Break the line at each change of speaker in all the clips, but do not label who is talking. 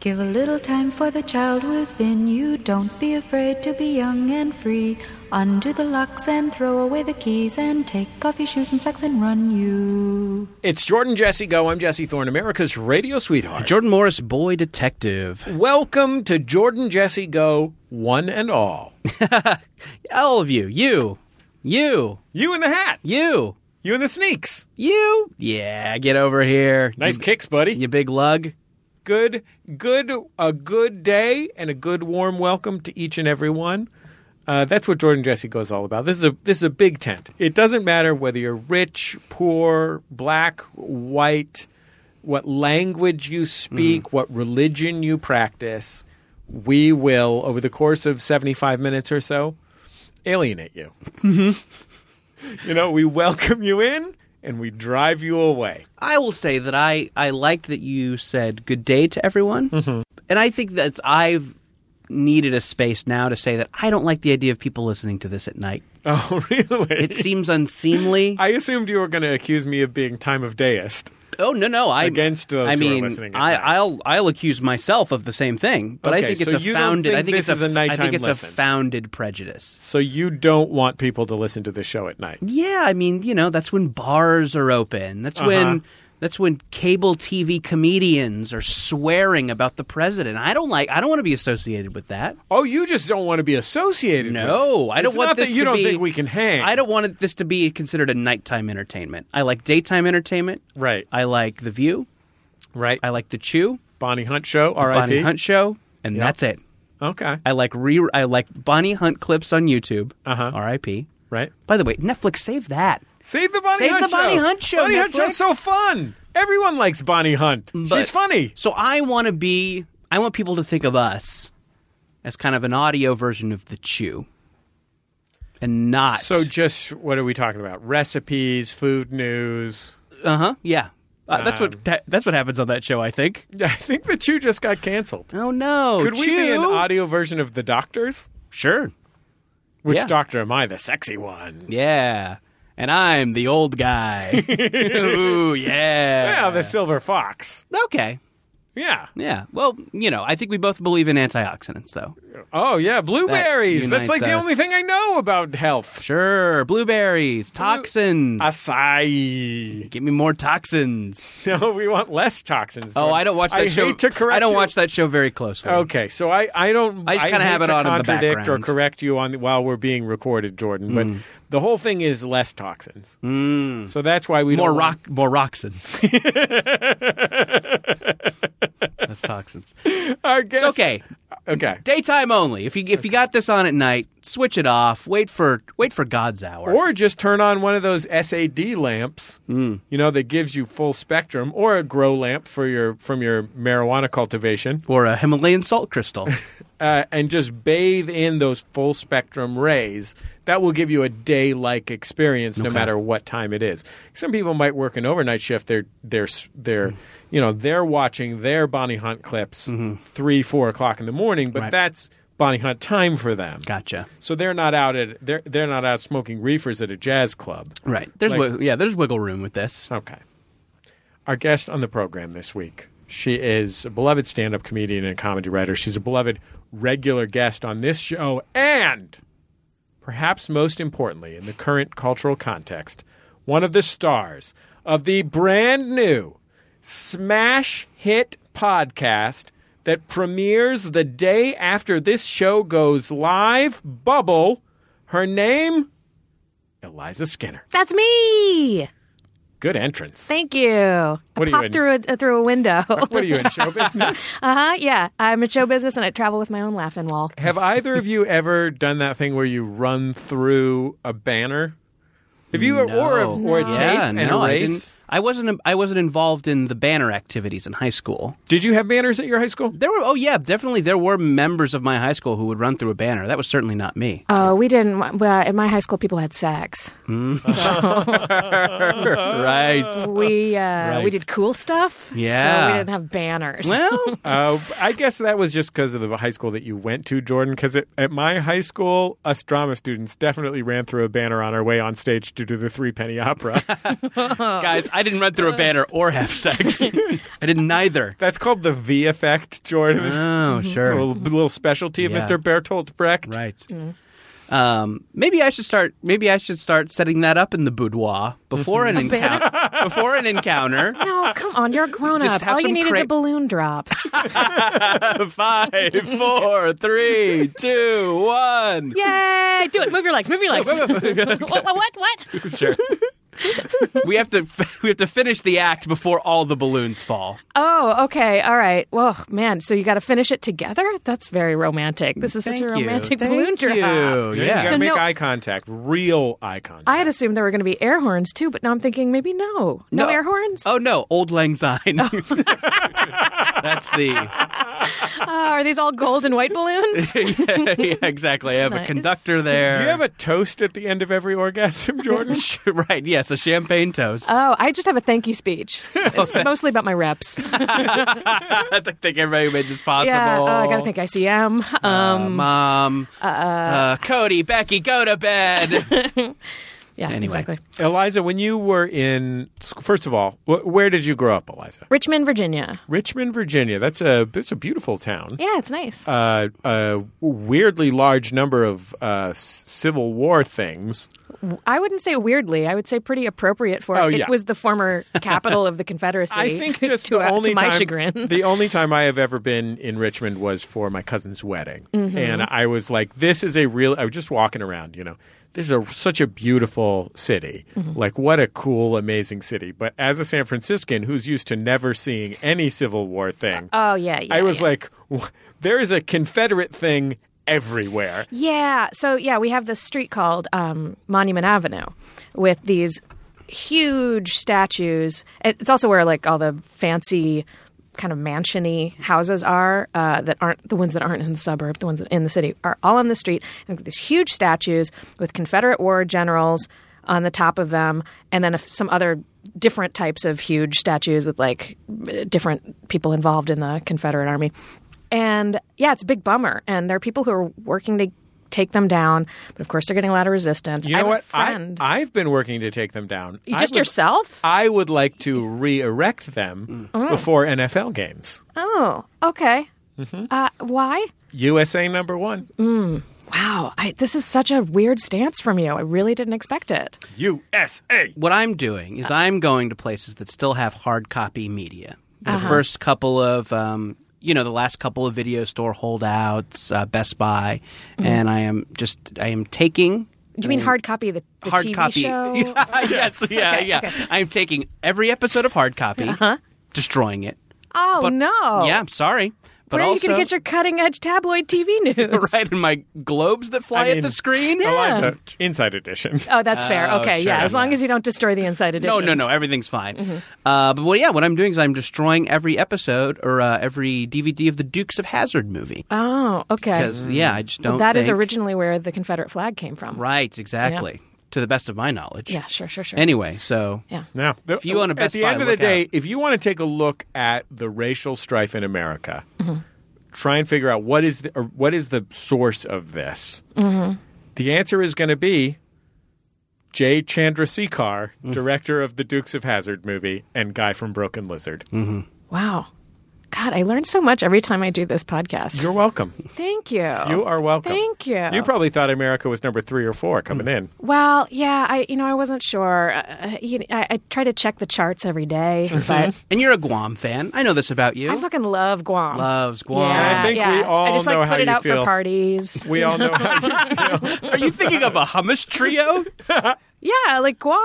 Give a little time for the child within you. Don't be afraid to be young and free. Undo the locks and throw away the keys and take off your shoes and socks and run you.
It's Jordan Jesse Go. I'm Jesse Thorne, America's radio sweetheart.
Jordan Morris, boy detective.
Welcome to Jordan Jesse Go, one and all.
All of you, you, you,
You in the hat.
you,
You in the sneaks.
you. Yeah, get over here.
Nice
you,
kicks, buddy.
you big lug.
Good, good, a good day and a good warm welcome to each and every one. Uh, that's what Jordan Jesse Go is all about. This is a this is a big tent. It doesn't matter whether you're rich, poor, black, white, what language you speak, what religion you practice. We will, over the course of seventy five minutes or so, alienate you. you know, we welcome you in and we drive you away.
I will say that I I liked that you said good day to everyone,
Mm-hmm.
and I think that I've needed a space now to say that I don't like the idea of people listening to this at night.
Oh, really?
It seems unseemly.
I assumed you were going to accuse me of being time of deist.
oh no, no, I
Against those
I
who are
mean,
listening at
I,
night.
I'll I'll accuse myself of the same thing, but
Okay,
I think it's
so
a
you don't
founded.
think
I think
this
it's a,
is a
f- I
nighttime
think it's
lesson.
a founded prejudice.
So you don't want people to listen to this show at night.
Yeah, I mean, you know, that's when bars are open. That's
Uh-huh.
when that's when cable TV comedians are swearing about the president. I don't like I don't want to be associated with that.
Oh, you just don't want to be associated. with
No,
it.
I don't
It's
want
not
this
that you
to
don't
be-
think we can hang.
I don't want it- this to be considered a nighttime entertainment. I like daytime entertainment.
Right.
I like The View.
Right.
I like The Chew,
Bonnie Hunt show. R.I.P.
Bonnie Hunt show, and that's it.
Okay.
I like re I like Bonnie Hunt clips on YouTube.
Uh-huh.
R.I.P.
Right.
By the way, Netflix save that.
Save the Bonnie
Save
Hunt
the
show.
Bonnie Hunt show,
Bonnie Hunt
Netflix.
show's so fun. Everyone likes Bonnie Hunt. She's
But-
funny.
So I want to be. I want people to think of us as kind of an audio version of the Chew, and not.
So just what are we talking about? Recipes, food news.
uh huh. Yeah. Uh, that's
Um,
what that, that's what happens on that show. I think.
I think the Chew just got canceled.
Oh no!
Could we be an
Chew?
audio version of the Doctors?
Sure.
Which
Yeah.
doctor am I? The sexy one.
Yeah. And I'm the old guy. Ooh yeah.
Yeah, the silver fox.
okay.
Yeah.
Yeah. Well, you know, I think we both believe in antioxidants, though.
Oh yeah, blueberries. That's
unites
like the
us.
only thing I know about health.
Sure. Blueberries, toxins.
Acai.
Give me more toxins.
No, we want less toxins.
Oh,
Jordan.
I don't watch that
I
show.
Hate to correct
I don't
you. Oh,
watch that show very closely.
Okay, so I, I don't.
I just kinda
hate
have it
to
on in the
contradict or
background. Hmm.
correct you on while we're being recorded, Jordan. But the whole thing is less toxins. Mm. So that's why we
More
don't want-
rock, more roxin. That's toxins. It's
Our guest-
okay.
Okay.
Daytime only. If you if you got this on at night, switch it off. Wait for wait for God's hour.
Or just turn on one of those SAD lamps, you know, that gives you full spectrum, or a grow lamp for your from your marijuana cultivation,
Or a Himalayan salt crystal.
uh, and just bathe in those full spectrum rays. That will give you a day like experience, no matter what time it is. Some people might work an overnight shift. They're they're s- they're you know they're watching their Bonnie Hunt clips three four o'clock in the morning, but
Right.
that's Bonnie Hunt time for them.
Gotcha.
So they're not out at they're they're not out smoking reefers at a jazz club.
Right. There's
Like-
wi- yeah. There's wiggle room with this.
Okay. Our guest on the program this week, she is a beloved stand up comedian and comedy writer. She's a beloved regular guest on this show, and perhaps most importantly, in the current cultural context, one of the stars of the brand new smash hit podcast that premieres the day after this show goes live, Bubble. Her name, Eliza Skinner.
That's me.
Good entrance.
Thank you. I
What are you
popped
in?
through a through a window. uh
What are you in show business?
huh. Yeah, I'm in show business and I travel with my own laughing wall.
Have either of you ever done that thing where you run through a banner? Have you or a, or a tape
yeah,
and
no,
a
I,
race?
didn't, I wasn't. I wasn't involved in the banner activities in high school.
Did you have banners at your high school?
There were. Oh yeah, definitely. There were members of my high school who would run through a banner. That was certainly not me.
Oh, we didn't. Well, in my high school, people had sex.
right.
We uh, we
Right.
did cool stuff.
Yeah.
So we didn't have banners.
Well,
Uh, I guess that was just because of the high school that you went to, Jordan. Because at my high school, us drama
Oh.
students definitely ran through a banner on our way on stage to do the Three Penny Opera.
guys, I didn't run
Uh.
through a banner or have sex. I did neither.
That's called the V effect, Jordan.
Oh,
Mm-hmm.
It's a
sure.
little, little specialty of
Yeah.
Mr. Bertolt Brecht.
Right. Um, maybe I should start. Maybe I should start setting that up in the boudoir before an encounter. before an encounter,
Mm-hmm. No, come on, you're grown
Just
up.
have
All you
some
need is a
cra-
balloon drop.
five, four, three, two, one.
Yay! Do it. Move your legs. Move your legs. what, what? What? What?
Sure. we have to. We have to finish the act before all the balloons fall.
Oh, okay. All right. Well, man. So you got to finish it together. That's very romantic. This is
Thank
such a
you.
romantic
Thank
balloon
you.
drop.
You
Yeah.
gotta
So
make
no-
eye contact, real eye contact.
I had assumed there were going to be air horns too, but now I'm thinking maybe no, no,
No.
air horns.
Oh no, old lang syne.
Oh.
That's the
Uh, are these all gold and white balloons?
yeah, exactly. I have a
Nice.
conductor there.
Do you have a toast at the end of every orgasm, Jordan?
right? Yes, a champagne toast.
Oh, I just have a thank you speech.
Oh,
It's mostly about my reps.
I think everybody made this possible.
yeah, oh, I got to thank ICM.
Uh,
Um,
Mom, uh, Cody, Becky, go to bed.
yeah,
anyway.
exactly.
Eliza, when you were in, sc- first of all, wh- where did you grow up, Eliza?
Richmond, Virginia.
Richmond, Virginia. That's a it's a beautiful town.
Yeah, it's nice.
Uh, a weirdly large number of uh, s- Civil War things.
I wouldn't say weirdly. I would say pretty appropriate for
Oh,
it.
yeah.
It was the former capital of the Confederacy.
I think just
to,
the
uh,
only
to my
time,
chagrin.
the only time I have ever been in Richmond was for my cousin's wedding,
Mm-hmm.
and I was like, "This is a real." I was just walking around, you know. This is a, such a beautiful city.
Mm-hmm.
Like, what a cool, amazing city. But as a San Franciscan who's used to never seeing any Civil War thing,
oh yeah, yeah.
I was
yeah.
like, "Wh- there is a Confederate thing everywhere.
yeah. So yeah, we have this street called um, Monument Avenue with these huge statues. It- It's also where like all the fancy kind of mansiony houses are uh, that aren't the ones that aren't in the suburb. The ones that in the city are all on the street and these huge statues with Confederate war generals on the top of them, and then a, some other different types of huge statues with like uh, different people involved in the Confederate Army. And yeah, it's a big bummer. And there are people who are working to take them down, but of course they're getting a lot of resistance.
You know
I have
what?
A friend.
I, I've been working to take them down.
You-
I
just
would-
yourself? Mm.
I would like to re erect them before NFL games.
oh, okay.
Mm-hmm.
Uh, why?
USA number one.
Mm.
Wow, I, this is such a weird stance from you. I really didn't expect it.
USA.
what I'm doing
Uh-huh.
is I'm going to places that still have hard copy media. The
Uh-huh.
first couple of, um, you know, the last couple of video store holdouts, uh, Best Buy,
Mm-hmm.
and I am just, I am taking.
Do you mean hard copy of the, the
hard
TV
copy.
show?
yes, yeah,
Okay,
yeah.
okay. Uh-huh.
I'm taking every episode of hard copy, destroying it.
Oh
But-
no!
Yeah, I'm sorry. But
where are you
also,
going to get your cutting edge tabloid TV news?
right in my globes that fly
I mean,
at the screen?
Eliza, Inside Edition.
Oh, that's fair.
Oh,
Okay,
sure,
yeah. As long
yeah.
as you don't destroy the inside edition.
No, no, no. Everything's fine.
Mm-hmm.
Uh, but well, yeah. What I'm doing is I'm destroying every episode or uh, every DVD of the Dukes of Hazard movie
Oh, okay.
because yeah, I just don't.
That is
think-
originally where the Confederate flag came from.
right. Exactly. To the best of my knowledge.
Yeah, sure, sure, sure.
Anyway, so
yeah.
Now,
If you own a
at
Best
the
Buy,
end of the
look
day,
out.
if you want to take a look at the racial strife in America,
Mm-hmm.
try and figure out what is the or what is the source of this.
Mm-hmm.
The answer is going to be Jay Chandrasekhar,
Mm.
director of the Dukes of Hazard movie, and guy from Broken Lizard.
Mm.
Wow. God, I learn so much every time I do this podcast.
You're welcome.
Thank you.
You are welcome.
Thank you.
You probably thought America was number three or four coming
Mm.
in.
well, yeah, I you know I wasn't sure. Uh, you, I, I try to check the charts every day, but
mm-hmm. and you're a Guam fan. I know this about you.
I fucking love Guam.
Loves Guam.
Yeah,
And I think
yeah.
we all
I just
know
like
how
put it
you
out
feel.
for parties.
We all know how you
Are you thinking of a hummus trio?
Yeah, like Guam.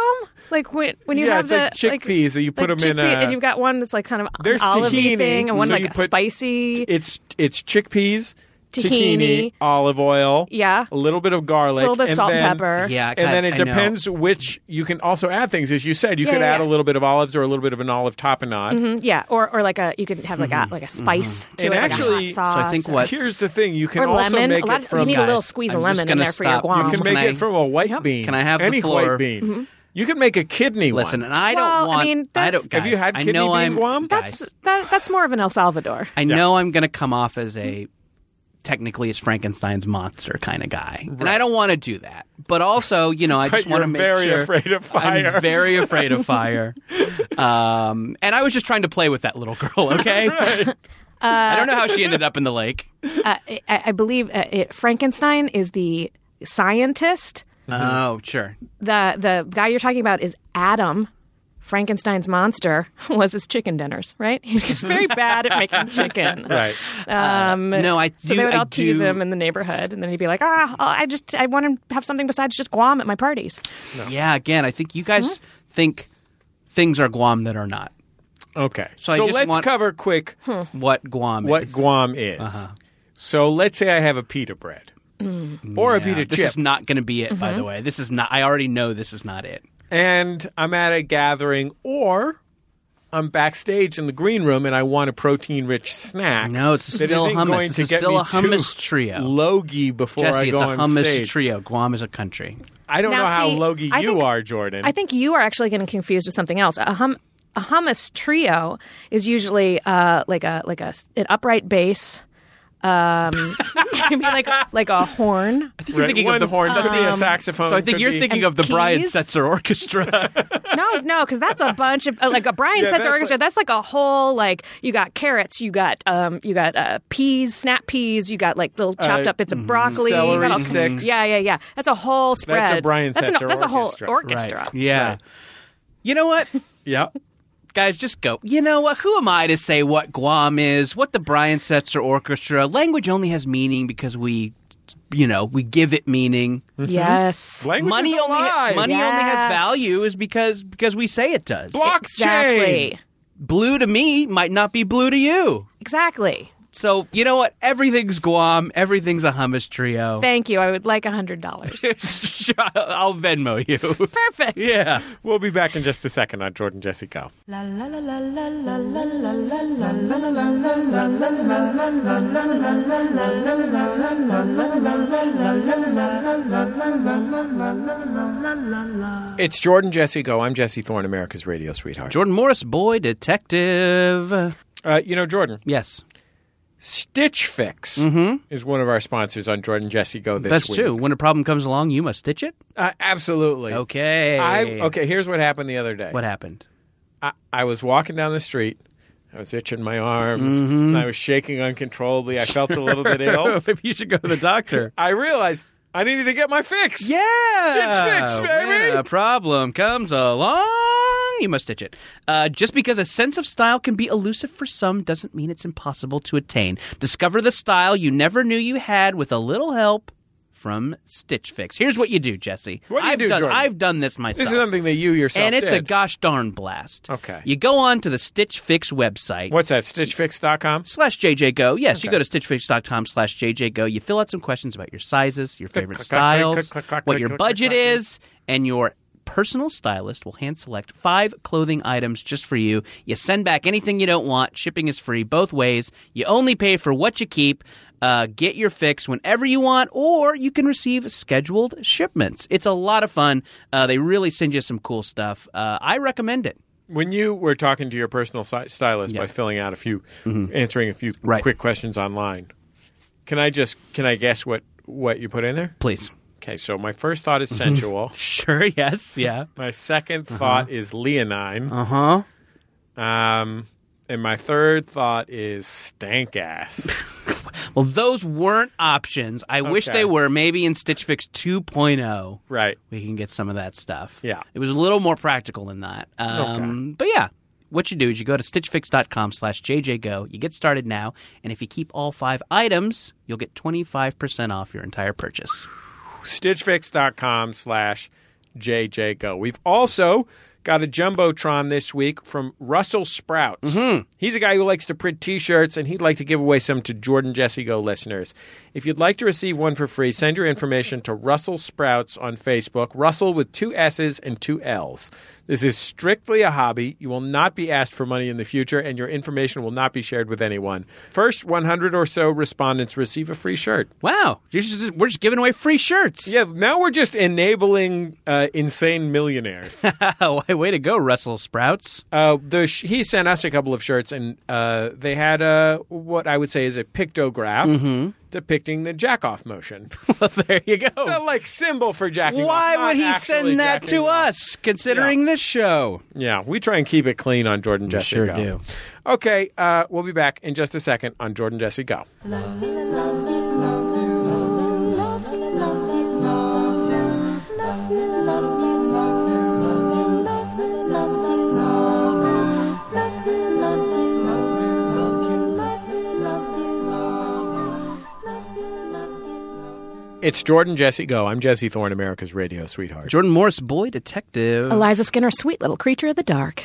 Like when when you
Yeah,
have
it's
the
like chickpeas that you put 'em in,
chickpea-
uh,
and you've got one that's like kind of an
There's
olivey
tahini,
thing, and one
so
like
you
a
put-
spicy.
It's it's chickpeas, tahini,
Tahini.
olive oil,
Yeah.
a little bit of garlic,
Little bit of
and
salt and
then-
pepper.
Yeah,
and then it
I know.
depends which you can also add things, as you said. You
Yeah,
could
yeah,
add
yeah.
a little bit of olives or a little bit of an olive tapenade.
Mm, yeah, or or like a you could have like a like a spice
Mm-hmm.
to
And
it,
actually-
like a
So
hot sauce.
I think
or-
what-
Here's the thing: you can
Or
also
lemon.
make
A lot
it
of-
from
you need a little
Guys,
squeeze
I'm
of
just
lemon in
gonna
there for your
stop.
guam.
you can
Can
make
I-
it from a white
Yep. Mm-hmm.
bean.
Can I have the
any
floor?
white bean? You can make a kidney
Listen,
one.
and I
Well, I
don't want.
mean,
I
that's-
don't.
Have you
guys,
had
I
kidney
know
bean
I'm,
Guam?
that's
guys,
that, that's more of an El Salvador.
I know I'm going to come off as a technically is Frankenstein's monster kind of guy. And I don't want to do that. But also, you know, I just
But
want to
you're
make
very
sure
afraid of fire.
I'm very afraid of fire. Um, and I was just trying to play with that little girl, okay? I don't know how she ended up in the lake.
Uh, I, I believe uh, it, Frankenstein is the scientist.
Mm-hmm.
Oh, sure.
The the guy you're talking about is Adam. Frankenstein's monster was his chicken dinners, right? He was just very bad at making chicken.
Right.
Um,
no, I
So
do-
they would
I
all tease
do-
him in the neighborhood, and then he'd be like, "Ah, oh, I just I want to have something besides just Guam at my parties."
Yeah, again, I think you guys
Mm-hmm.
think things are Guam that are not.
Okay.
So I just
let's
want-
cover quick
Hmm.
What Guam
what
is.
Guam is.
Uh-huh.
So let's say I have a pita bread
Mm.
or a
Yeah,
pita
this
chip,
is not going to be it,
Mm-hmm.
by the way. This is not. I already know this is not it.
and I'm at a gathering, or I'm backstage in the green room and I want a protein-rich snack.
No, it's
that
still
isn't
hummus.
Going
This
to
is
get
still
me
a hummus
too
trio.
Logy before
Jesse,
I go
it's a
on
hummus
stage.
trio. Guam is a country.
I don't
Now,
know how
see,
logy
I
you
think-
are, Jordan.
I think you are actually getting confused with something else. A, hum, a hummus trio is usually uh, like a like a s- an upright bass. Um, I mean, like like a horn.
I think
Right, one horn could be a saxophone.
Um, So I think
could
you're
be-
thinking
And
of the Brian
keys?
Setzer Orchestra.
No, no, because that's a bunch of uh, like a Brian
Yeah,
Setzer
that's
orchestra.
like-
that's like a whole like you got carrots, you got um, you got uh, peas, snap peas, you got like little chopped
Uh,
up bits of broccoli, you got
celery
all-
sticks.
Yeah, yeah, yeah. That's a whole spread.
Brian
that's an-
Setzer
that's a whole
orchestra. Mm-hmm.
orchestra.
Yeah. You know what?
Yep.
Guys, just go. You know what? Who am I to say what Guam is, what the Brian Setzer Orchestra? Language only has meaning because we, you know, we give it meaning.
Yes.
Mm-hmm. Language
money
is a
only
lie.
money only has
Yes.
value is because because we say it does.
blockchain.
Exactly.
Blue to me might not be blue to you.
Exactly.
So you know what? Everything's Guam. Everything's a hummus trio.
Thank you. I would like a hundred dollars.
I'll Venmo you.
Perfect.
yeah.
We'll be back in just a second on Jordan Jesse Go.
La la la la la la la la la la.
It's Jordan Jesse Go. I'm Jesse Thorne, America's radio sweetheart.
Jordan Morris, boy detective.
Uh, you know, Jordan,
Yes,
Stitch Fix is one of our sponsors on Jordan Jesse Go this
Mm-hmm. that's
week.
true. When a problem comes along, you must stitch it.
Uh, absolutely.
Okay.
I, okay, here's what happened the other day.
What happened?
I, I was walking down the street. I was itching my arms.
Mm-hmm.
And I was shaking uncontrollably. I felt a little bit ill.
Maybe you should go to the doctor.
I realized I needed to get my fix.
Yeah,
Stitch Fix,
When
baby!
a problem comes along, you must stitch it. Uh, just because a sense of style can be elusive for some doesn't mean it's impossible to attain. Discover the style you never knew you had with a little help from Stitch Fix. Here's what you do, Jesse.
What do you
I've
do,
done,
Jordan?
I've done this myself.
This is something that you yourself
and it's a
did.
gosh darn blast.
Okay.
You go on to the Stitch Fix website
What's that? Stitchfix.com?
slash jjgo. Yes, you
Okay.
go to stitchfix.com slash jjgo. You fill out some questions about your sizes, your favorite
click, click,
styles,
click, click, click,
what
click,
your
click,
budget
click, click.
is, and your personal stylist will hand select five clothing items just for you. You send back anything you don't want. Shipping is free both ways. You only pay for what you keep. Uh, get your fix whenever you want, or you can receive scheduled shipments. It's a lot of fun. Uh, they really send you some cool stuff. Uh, I recommend it.
When you were talking to your personal si- stylist by filling out a few, answering a few
Mm-hmm. Right.
quick questions online, can I just can I guess what what you put in there?
Please.
Okay, so my first thought
Mm-hmm.
is sensual.
Sure. Yes. Yeah.
my 2nd
Uh-huh.
thought is leonine.
Uh huh.
Um, and my third thought is stank ass.
Well, those weren't options. I wish
Okay.
they were. Maybe in Stitch Fix 2.0,
right.
we can get some of that stuff.
Yeah.
It was a little more practical than that. Um, But yeah, what you do is you go to stitchfix.com slash jjgo. You get started now. And if you keep all five items, you'll get 25% off your entire purchase.
Stitchfix.com slash JJGo. We've also got a Jumbotron this week from Russell Sprouts. He's a guy who likes to print t shirts, and he'd like to give away some to Jordan Jesse Go listeners. If you'd like to receive one for free, send your information to Russell Sprouts on Facebook, Russell with two S's and two L's. This is strictly a hobby. You will not be asked for money in the future, and your information will not be shared with anyone. First 100 or so respondents receive a free shirt.
Wow. You're just, we're just giving away free shirts.
Yeah, now we're just enabling uh, insane millionaires.
Way to go, Russell Sprouts.
uh, the sh- he
Mm-hmm.
sent us a couple of shirts, and uh, they had a what I would say is a pictograph depicting the jack off motion.
well, there you
the
go.
like symbol for jacking
Oh. Why
off, not
would he
actually
send that
jacking
to
off.
us, considering this show?
Yeah, we try and keep it clean on Jordan Jesse
sure
Go.
do.
Okay, uh, we'll be back in just a second on Jordan Jesse Go. It's Jordan Jesse Go. I'm Jesse Thorne, America's radio sweetheart.
Jordan Morris, boy detective.
Eliza Skinner, sweet little creature of the dark.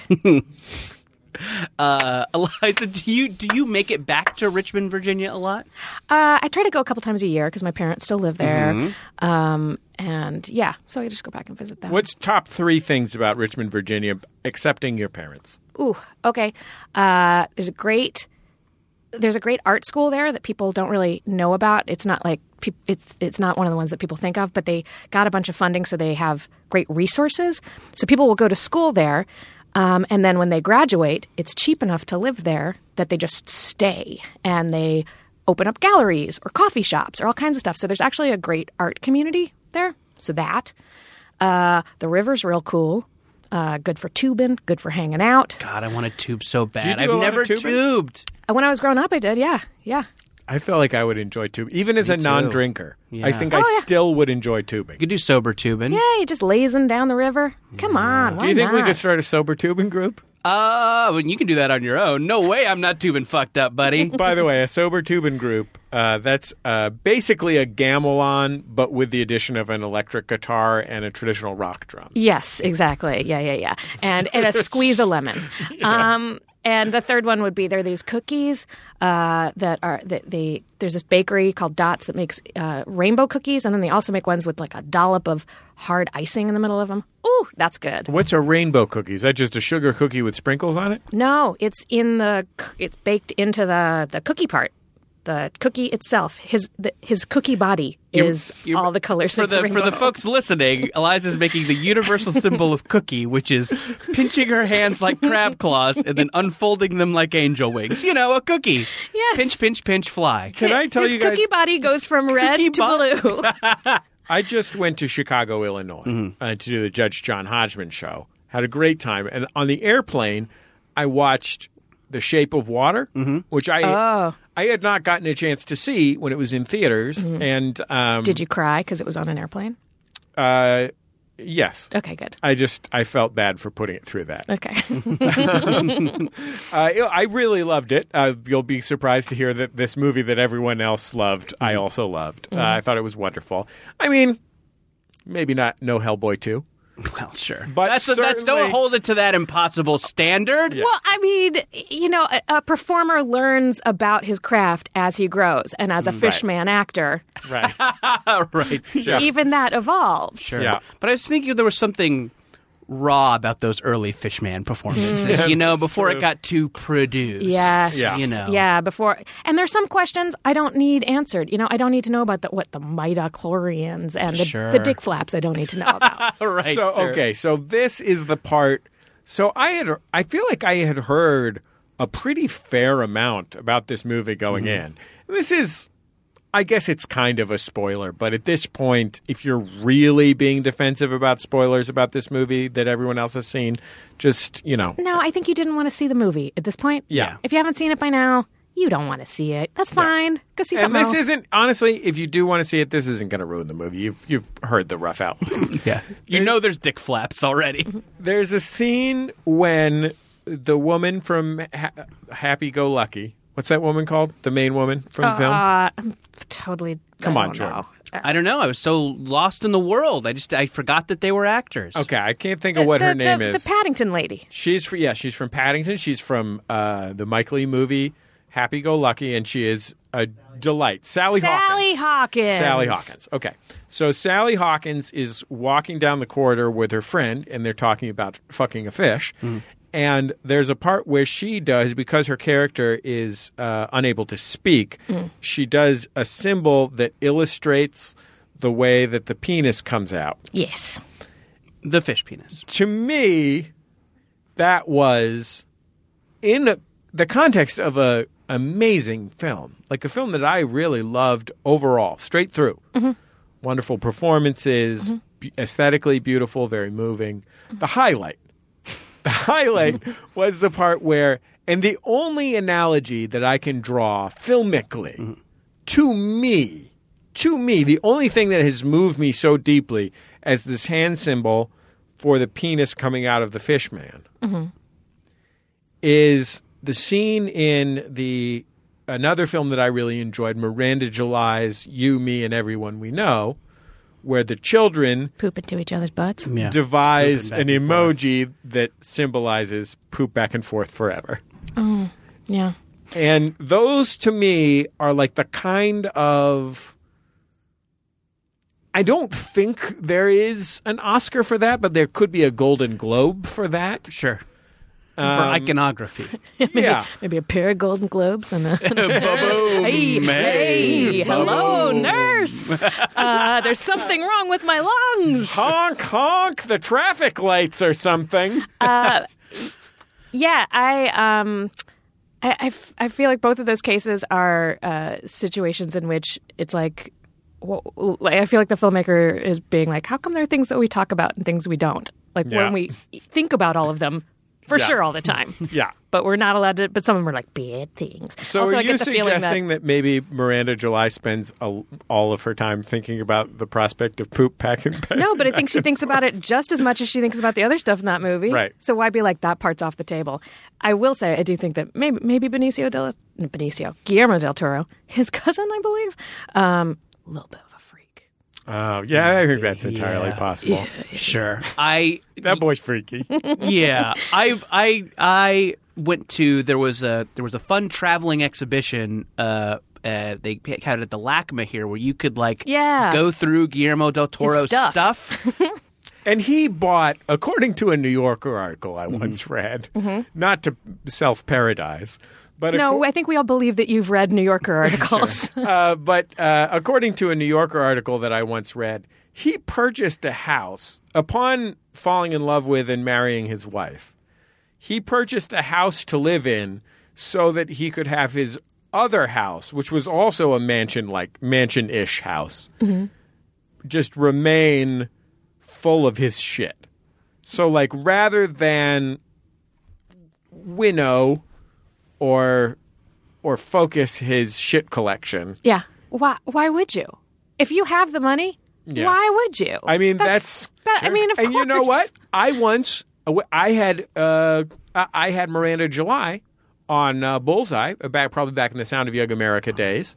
Uh, Eliza, do you do you make it back to Richmond, Virginia, a lot?
Uh, I try to go a couple times a year because my parents still live there. Um, and yeah, so I just go back and visit them.
What's top three things about Richmond, Virginia, excepting your parents?
Ooh, okay. Uh, there's a great there's a great art school there that people don't really know about. It's not like peop it's it's not one of the ones that people think of, but they got a bunch of funding, so they have great resources. So people will go to school there, um, and then when they graduate, it's cheap enough to live there that they just stay and they open up galleries or coffee shops or all kinds of stuff. So there's actually a great art community there. So that uh, the river's real cool. Uh, good for tubing, good for hanging out.
God, I want to tube so bad.
do
I've
a lot of
never
tubing?
tubed.
When I was growing up, I did. Yeah, yeah.
I feel like I would enjoy tubing, even as a
too.
non-drinker. I
Yeah.
think
Oh,
I
yeah.
still would enjoy tubing.
You could do sober tubing.
Yeah, you just lazing down the river. Come on.
Do you think we could start a sober tubing group?
Uh, well, you can do that on your own. No way, I'm not tubing fucked up, buddy.
By the way, a sober tubing group. Uh, that's uh, basically a gamelan, but with the addition of an electric guitar and a traditional rock drum.
Yes, exactly. Yeah, yeah, yeah. And and a squeeze a lemon. Um, and the third one would be there are these cookies uh, that are that they there's this bakery called Dots that makes uh, rainbow cookies, and then they also make ones with like a dollop of hard icing in the middle of them. Ooh, that's good.
What's a rainbow cookie? Is that just a sugar cookie with sprinkles on it?
No, it's in the c- it's baked into the the cookie part. The cookie itself, his the, his cookie body is
you're-
all the colors
For
of the,
the for the
rainbow.
folks listening, Eliza's making the universal symbol of cookie, which is pinching her hands like crab claws and then unfolding them like angel wings. You know, a cookie.
Yes.
Pinch, pinch, pinch, fly.
Can I tell
his
you guys?
cookie body goes from red
cookie
to
body.
blue.
I just went to Chicago, Illinois, uh, to do the Judge John Hodgman show. Had a great time, and on the airplane, I watched The Shape of Water, which I
Oh.
I had not gotten a chance to see when it was in theaters. And um,
Mm-hmm. Did you cry because it was on an airplane?
uh, yes,
Okay, good.
I just I felt bad for putting it through that.
Okay.
Uh, I really loved it. Uh, you'll be surprised to hear that this movie that everyone else loved, I also loved.
Mm-hmm.
Uh, I thought it was wonderful. I mean, maybe not no Hellboy two,
Well, sure.
But
that's, that's
certainly-
don't hold it to that impossible standard.
Well, I mean, you know, a, a performer learns about his craft as he grows, and as a fishman actor,
right?
right. Sure.
even that evolves.
Yeah.
But I was thinking there was something raw about those early Fishman performances, you know, before
true.
it got too produced.
Yes.
Yeah.
You know.
Yeah. Before, and there's some questions I don't need answered. You know, I don't need to know about the, what the mitochlorians and the,
Sure.
the dick flaps. I don't need to know about.
Right.
so
sure.
okay, so this is the part. So I had I feel like I had heard a pretty fair amount about this movie going in. This is I guess it's kind of a spoiler, but at this point, if you're really being defensive about spoilers about this movie that everyone else has seen, just, you know,
no, I think you didn't want to see the movie at this point.
Yeah.
If you haven't seen it by now, you don't want to see it. That's fine. Go see
and
something
this
else.
isn't honestly. If you do want to see it, this isn't going to ruin the movie. You've you've heard the rough outline.
Yeah. You know there's dick flaps already.
Mm-hmm.
There's a scene when the woman from ha- Happy Go Lucky, what's that woman called? The main woman from the film?
Uh, I'm totally.
Come
I
on,
don't
Jordan.
know. Uh,
I don't know. I was so lost in the world. I just I forgot that they were actors.
Okay, I can't think of what her
the-
name
the,
is.
The Paddington lady.
she's fr- yeah, she's from Paddington. She's from uh, the Mike Lee movie Happy Go Lucky, and she is a delight. Sally, Hawkins.
Sally Hawkins.
Sally Hawkins. Okay. So Sally Hawkins is walking down the corridor with her friend, and they're talking about fucking a fish. And there's a part where she does, because her character is uh, unable to speak, she does a symbol that illustrates the way that the penis comes out.
Yes.
The fish penis.
To me, that was in the context of a amazing film, like a film that I really loved overall, straight through. Wonderful performances, be- aesthetically beautiful, very moving. The highlight, the highlight was the part where, and the only analogy that I can draw filmically to me, to me, the only thing that has moved me so deeply as this hand symbol for the penis coming out of the fish man
Mm-hmm.
is the scene in the another film that I really enjoyed, Miranda July's You, Me, and Everyone We Know, where the children
Poop into each other's butts.
Yeah.
devise
Pooping
an
back and
emoji that symbolizes poop back and forth forever.
Yeah.
And those to me are like the kind of. I don't think there is an Oscar for that, but there could be a Golden Globe for that.
Sure. For iconography.
Yeah.
Maybe a pair of Golden Globes and a.
Boom.
Hey, hey, hello, nurse. Uh, there's something wrong with my lungs.
honk, honk the traffic lights or something.
Yeah, I um, I, I f- I feel like both of those cases are uh, situations in which it's like, wh- like, I feel like the filmmaker is being like, how come there are things that we talk about and things we don't? Like
Yeah.
when we think about all of them, for
Yeah.
sure, all the time.
yeah.
But we're not allowed to. But some of them are like bad things.
So
also,
are
I
you
get the feeling that
suggesting that, maybe Miranda July spends a, all of her time thinking about the prospect of poop packing bags?
No, but I think she thinks about it just as much as she thinks about the other stuff in that movie.
Right.
So why be like that part's off the table? I will say I do think that maybe maybe Benicio del Benicio Guillermo del Toro, his cousin, I believe, um, a little bit of a freak.
Oh, yeah, I think that's entirely
Yeah.
possible.
Sure. I
That boy's freaky.
yeah. I I I went to there was a there was a fun traveling exhibition. Uh, uh, they had it at the LACMA here, where you could like
Yeah.
go through Guillermo del Toro's
stuff.
And he bought, according to a New Yorker article I once read, not to self paradise, but acco-
No, I think we all believe that you've read New Yorker articles.
uh, but uh, according to a New Yorker article that I once read, he purchased a house upon falling in love with and marrying his wife. He purchased a house to live in so that he could have his other house, which was also a mansion like mansion ish house, just remain full of his shit. So, like, rather than winnow or or focus his shit collection,
yeah. Why why would you? If you have the money,
Yeah.
why would you?
I mean, that's.
that, I mean, of
and
course.
you know what? I once I had uh, I I had Miranda July on uh, Bullseye back probably back in the Sound of Young America days,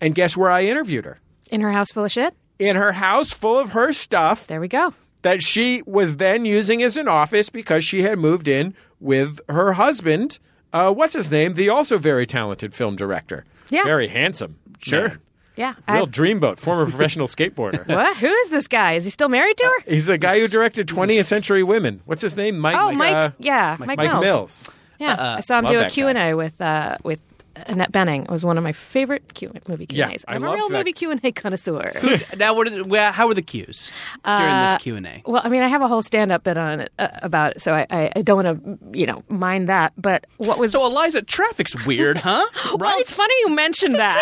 and guess where I interviewed her?
In her house full of shit.
In her house full of her stuff
There we go.
that she was then using as an office because she had moved in with her husband. Uh, what's his name? The also very talented film director.
Yeah.
very handsome.
Sure.
man.
Yeah. I-
real dreamboat, former professional skateboarder.
what? Who is this guy? Is he still married to her?
He's the guy who directed 20th Century Women. What's his name? Mike.
Oh, Mike.
uh,
yeah, Mike,
Mike
Mills.
Mills.
Yeah, I saw him do
Uh, love
a
that
Q and A with uh, with Annette Benning. It was one of my favorite Q movie Q
Yeah,
and A's.
I
I'm a
loved
real
that.
movie Q and A connoisseur.
stuff. Now, what? Are, well, how were the cues during
Uh,
this Q and A?
well, I mean, I have a whole stand up bit on it uh, about it, so I, I, I don't want to you know mind that. But what was
So
uh,
Eliza, traffic's weird, huh? Right?
well, it's funny you mentioned that.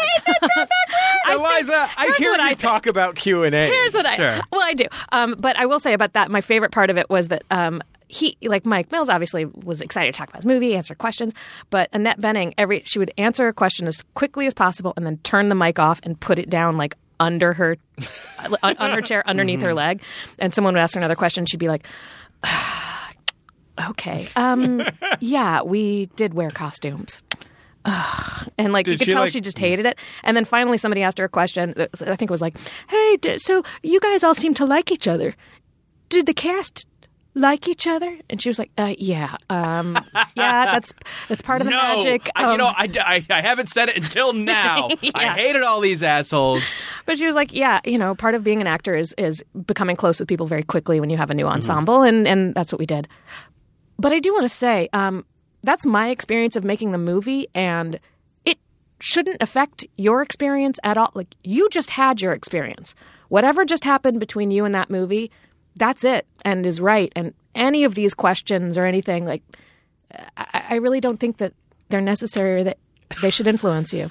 Eliza, I
here's
hear
what
you
I think.
talk about Q and A.
Here's what I
Sure.
well I do. Um, but I will say about that, my favorite part of it was that um, he like Mike Mills obviously was excited to talk about his movie, answer questions. But Annette Benning, every she would answer a question as quickly as possible and then turn the mic off and put it down like under her on, on her chair underneath her leg. And someone would ask her another question, she'd be like. Okay. Um, yeah, we did wear costumes. Ugh. And like you
Did
could
she,
tell
like-
she just hated it. And then finally somebody asked her a question. that was- I think it was like, "Hey, d- so you guys all seem to like each other. Did the cast like each other?" And she was like, uh, "Yeah, um, yeah, that's that's part of the
no,
magic." um,
I, you
of-
know, I, I, I haven't said it until now. I hated all these assholes.
But she was like, yeah, you know, part of being an actor is is becoming close with people very quickly when you have a
Mm-hmm.
new ensemble, and and that's what we did. But I do want to say, um, that's my experience of making the movie, and it shouldn't affect your experience at all. Like you just had your experience. Whatever just happened between you and that movie, that's it, and is right. And any of these questions or anything, like, I, I really don't think that they're necessary or that They should influence you.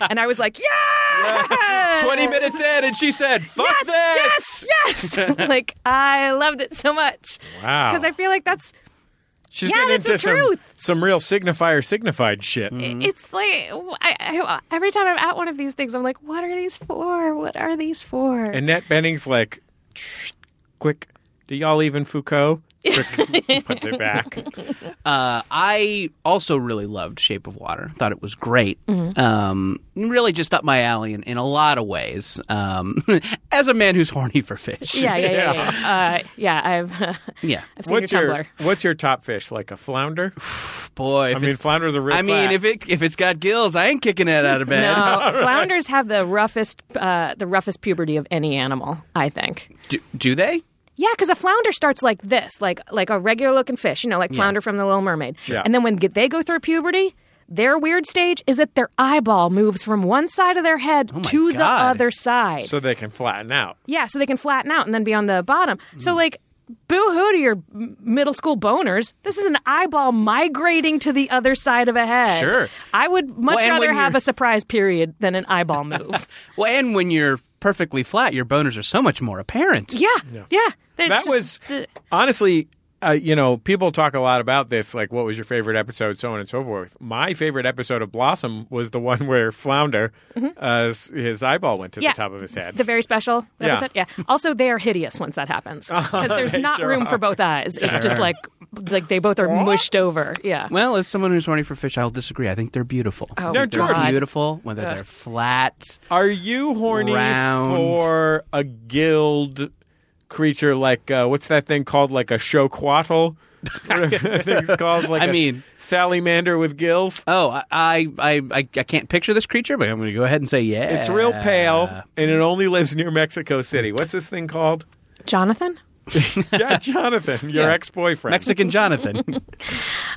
and I was like, yeah,
Twenty minutes in, and she said, "Fuck
yes,
this."
yes, yes. like I loved it so much
Wow.
because I feel like that's
She's
Yeah,
getting
that's
into
the
some
truth. Mm.
some real signifier signified shit.
Mm-hmm.
it's like I, I, every time I'm at one of these things, I'm like, what are these for? What are these for?
Annette Benning's like, "Tsh, click. Do y'all even Foucault? Click. Puts it back.
Uh, I also really loved Shape of Water. Thought it was great.
Mm-hmm.
Um, really, just up my alley in, in a lot of ways. Um, as a man who's horny for fish.
yeah, yeah, yeah, yeah. Yeah, uh, yeah I've
Yeah.
I've seen
What's
your
your,
Tumblr.
what's your top fish? Like a flounder?
Boy, if
I mean,
it's-
flounder's a real.
I mean, if it if it's got gills, I ain't kicking it out of bed.
No, flounders have the roughest uh, the roughest puberty of any animal, I think.
Do, do they?
Yeah, because a flounder starts like this, like like a regular looking fish, you know, like flounder from the Little Mermaid.
Sure.
And then when get- they go through puberty, their weird stage is that their eyeball moves from one side of their head to the
Oh God.
other side.
so they can flatten out.
yeah, so they can flatten out and then be on the bottom. So like. Boo hoo to your m- middle school boners. This is an eyeball migrating to the other side of a head.
Sure.
I would much
Well, and
rather
when
have
you're-
a surprise period than an eyeball move.
Well, and when you're perfectly flat, your boners are so much more apparent.
Yeah, yeah. It's
that
just-
was
uh,
honestly uh, you know people talk a lot about this like what was your favorite episode so on and so forth my favorite episode of blossom was the one where flounder uh, s- his eyeball went to
Mm-hmm. Yeah.
the top of his head
the very special
Yeah.
episode. Yeah. Also, they are hideous once that happens because there's
They
not
sure
room
are.
for both eyes. It's just like like they both are mushed over. Yeah.
Well, as someone who's horny for fish, I'll disagree. I think they're beautiful.
Oh,
They're
they're
God.
beautiful. Whether they're flat,
are you horny
Round.
for a guild creature like uh, what's that thing called like a shoquatl Whatever that thing's called like
I
a s-
mean-
salamander with gills
Oh, I, I, I, I can't picture this creature, but I'm going to go ahead and say yeah.
it's real pale and it only lives near mexico city what's this thing called
Jonathan.
yeah jonathan your
Yeah.
ex-boyfriend
Mexican Jonathan.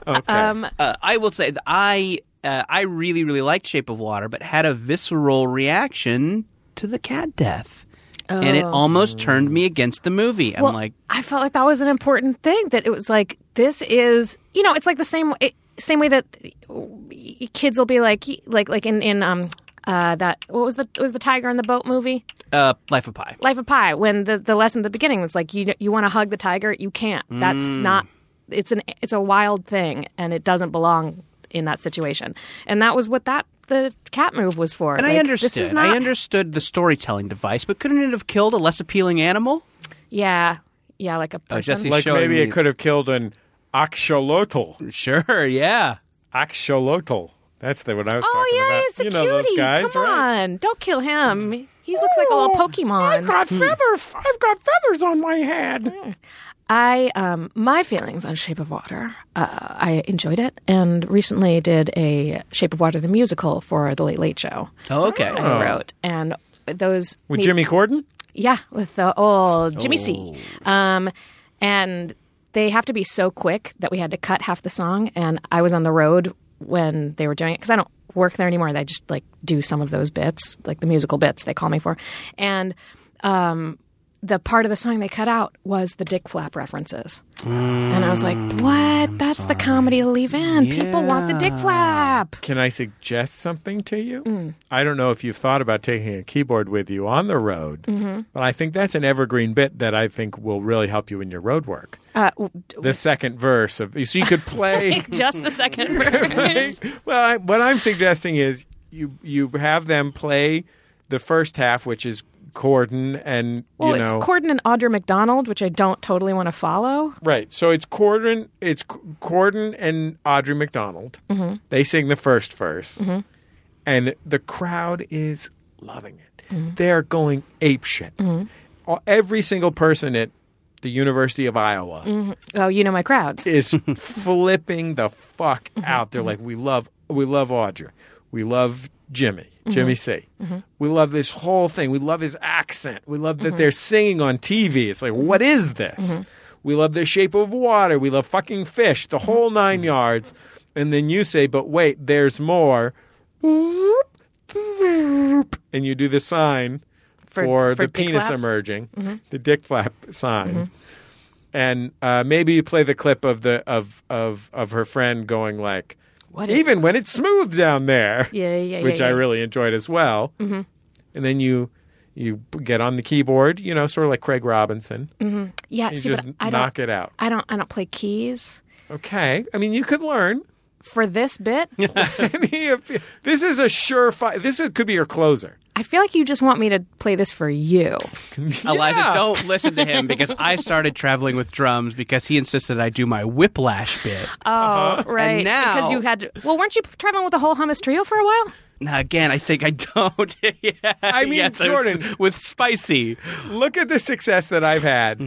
okay.
Um,
uh, I will say that I, uh, I really, really liked Shape of Water, but had a visceral reaction to the cat death, and it
Oh.
almost turned me against the movie. I'm
Well,
like,
I felt like that was an important thing that it was like this is you know it's like the same it, same way that y- kids will be like like like in in um uh that what was the was the tiger in the boat movie
uh, Life of Pi.
Life of Pi, when the, the lesson at the beginning was like, you you want to hug the tiger, you can't. That's
Mm.
not. It's an it's a wild thing, and it doesn't belong in that situation. And that was what that the cat move was for.
And I
Like,
understood.
This is not.
I understood the storytelling device, but couldn't it have killed a less appealing animal?
yeah, yeah, like a person.
Oh, Jesse-
like
showing
maybe
me-
it could have killed an axolotl.
Sure, yeah.
Axolotl. That's the one I was
oh
talking
yeah,
about.
he's a
you know
cutie.
those guys,
Come
right? Mm. Oh,
on, don't kill him. He looks like a little Pokemon. Mm.
feather. I've got feathers on my head.
I um my feelings on Shape of Water. Uh, I enjoyed it, and recently did a Shape of Water the musical for the Late Late Show.
Oh, okay.
I wrote, and those
With Jimmy Corden,
yeah, with the old Jimmy C. Um, and they have to be so quick that we had to cut half the song, and I was on the road when they were doing it because I don't work there anymore. I just like do some of those bits, like the musical bits they call me for, and. Um, the part of the song they cut out was the dick flap references. and I was like, what? That's the comedy to leave in. People want the dick flap.
can I suggest something to you?
Mm.
I don't know if you've thought about taking a keyboard with you on the road,
Mm-hmm.
but I think that's an evergreen bit that I think will really help you in your road work.
Uh, w-
The second verse of so you could play.
just the second verse.
well, I, what I'm suggesting is you you have them play the first half, which is Corden and
Well,
you know
Oh, it's Corden and Audra McDonald, which I don't totally want to follow.
right. So it's Corden, it's C- Corden and Audrey McDonald.
Mm-hmm.
They sing the first verse, and the crowd is loving it.
Mm-hmm.
They're going ape shit. Every single person at the University of Iowa
Oh, you know my crowds.
is flipping the fuck
Mm-hmm.
out. They're like, we love, we love Audrey, we love Jimmy,
Mm-hmm.
Jimmy C. We love this whole thing. We love his accent. We love
Mm-hmm.
that they're singing on TV. It's like, what is this? We love the shape of water. We love fucking fish. The
Mm-hmm.
whole 9 yards. And then you say, but wait, there's more. And you do the sign for,
For- for
the
dick
penis
flaps? Mm-hmm.
emerging, the dick flap sign and uh, maybe you play the clip of the of of of her friend going like
What is-
even when it's smooth down there.
Yeah, yeah, yeah,
Which I
yeah.
really enjoyed as well. Mm-hmm. And then you you get on the keyboard, you know, sort of like Craig Robinson.
yeah,
You
Mm, see,
just
but I don't,
knock it out.
I don't, I don't play keys
Okay. I mean, you could learn.
for this bit.
Any of- this is a surefire. This is, could be your closer.
I feel like you just want me to play this for you.
Eliza,
Yeah.
don't listen to him because I started traveling with drums because he insisted I do my whiplash bit.
Oh,
Uh-huh.
right.
And now-
because you had to, well, weren't you traveling with the whole hummus trio for a
Mm,
while?
Now again, I think I don't. yeah,
I mean,
yes,
Jordan-
with spicy.
Look at the success that I've had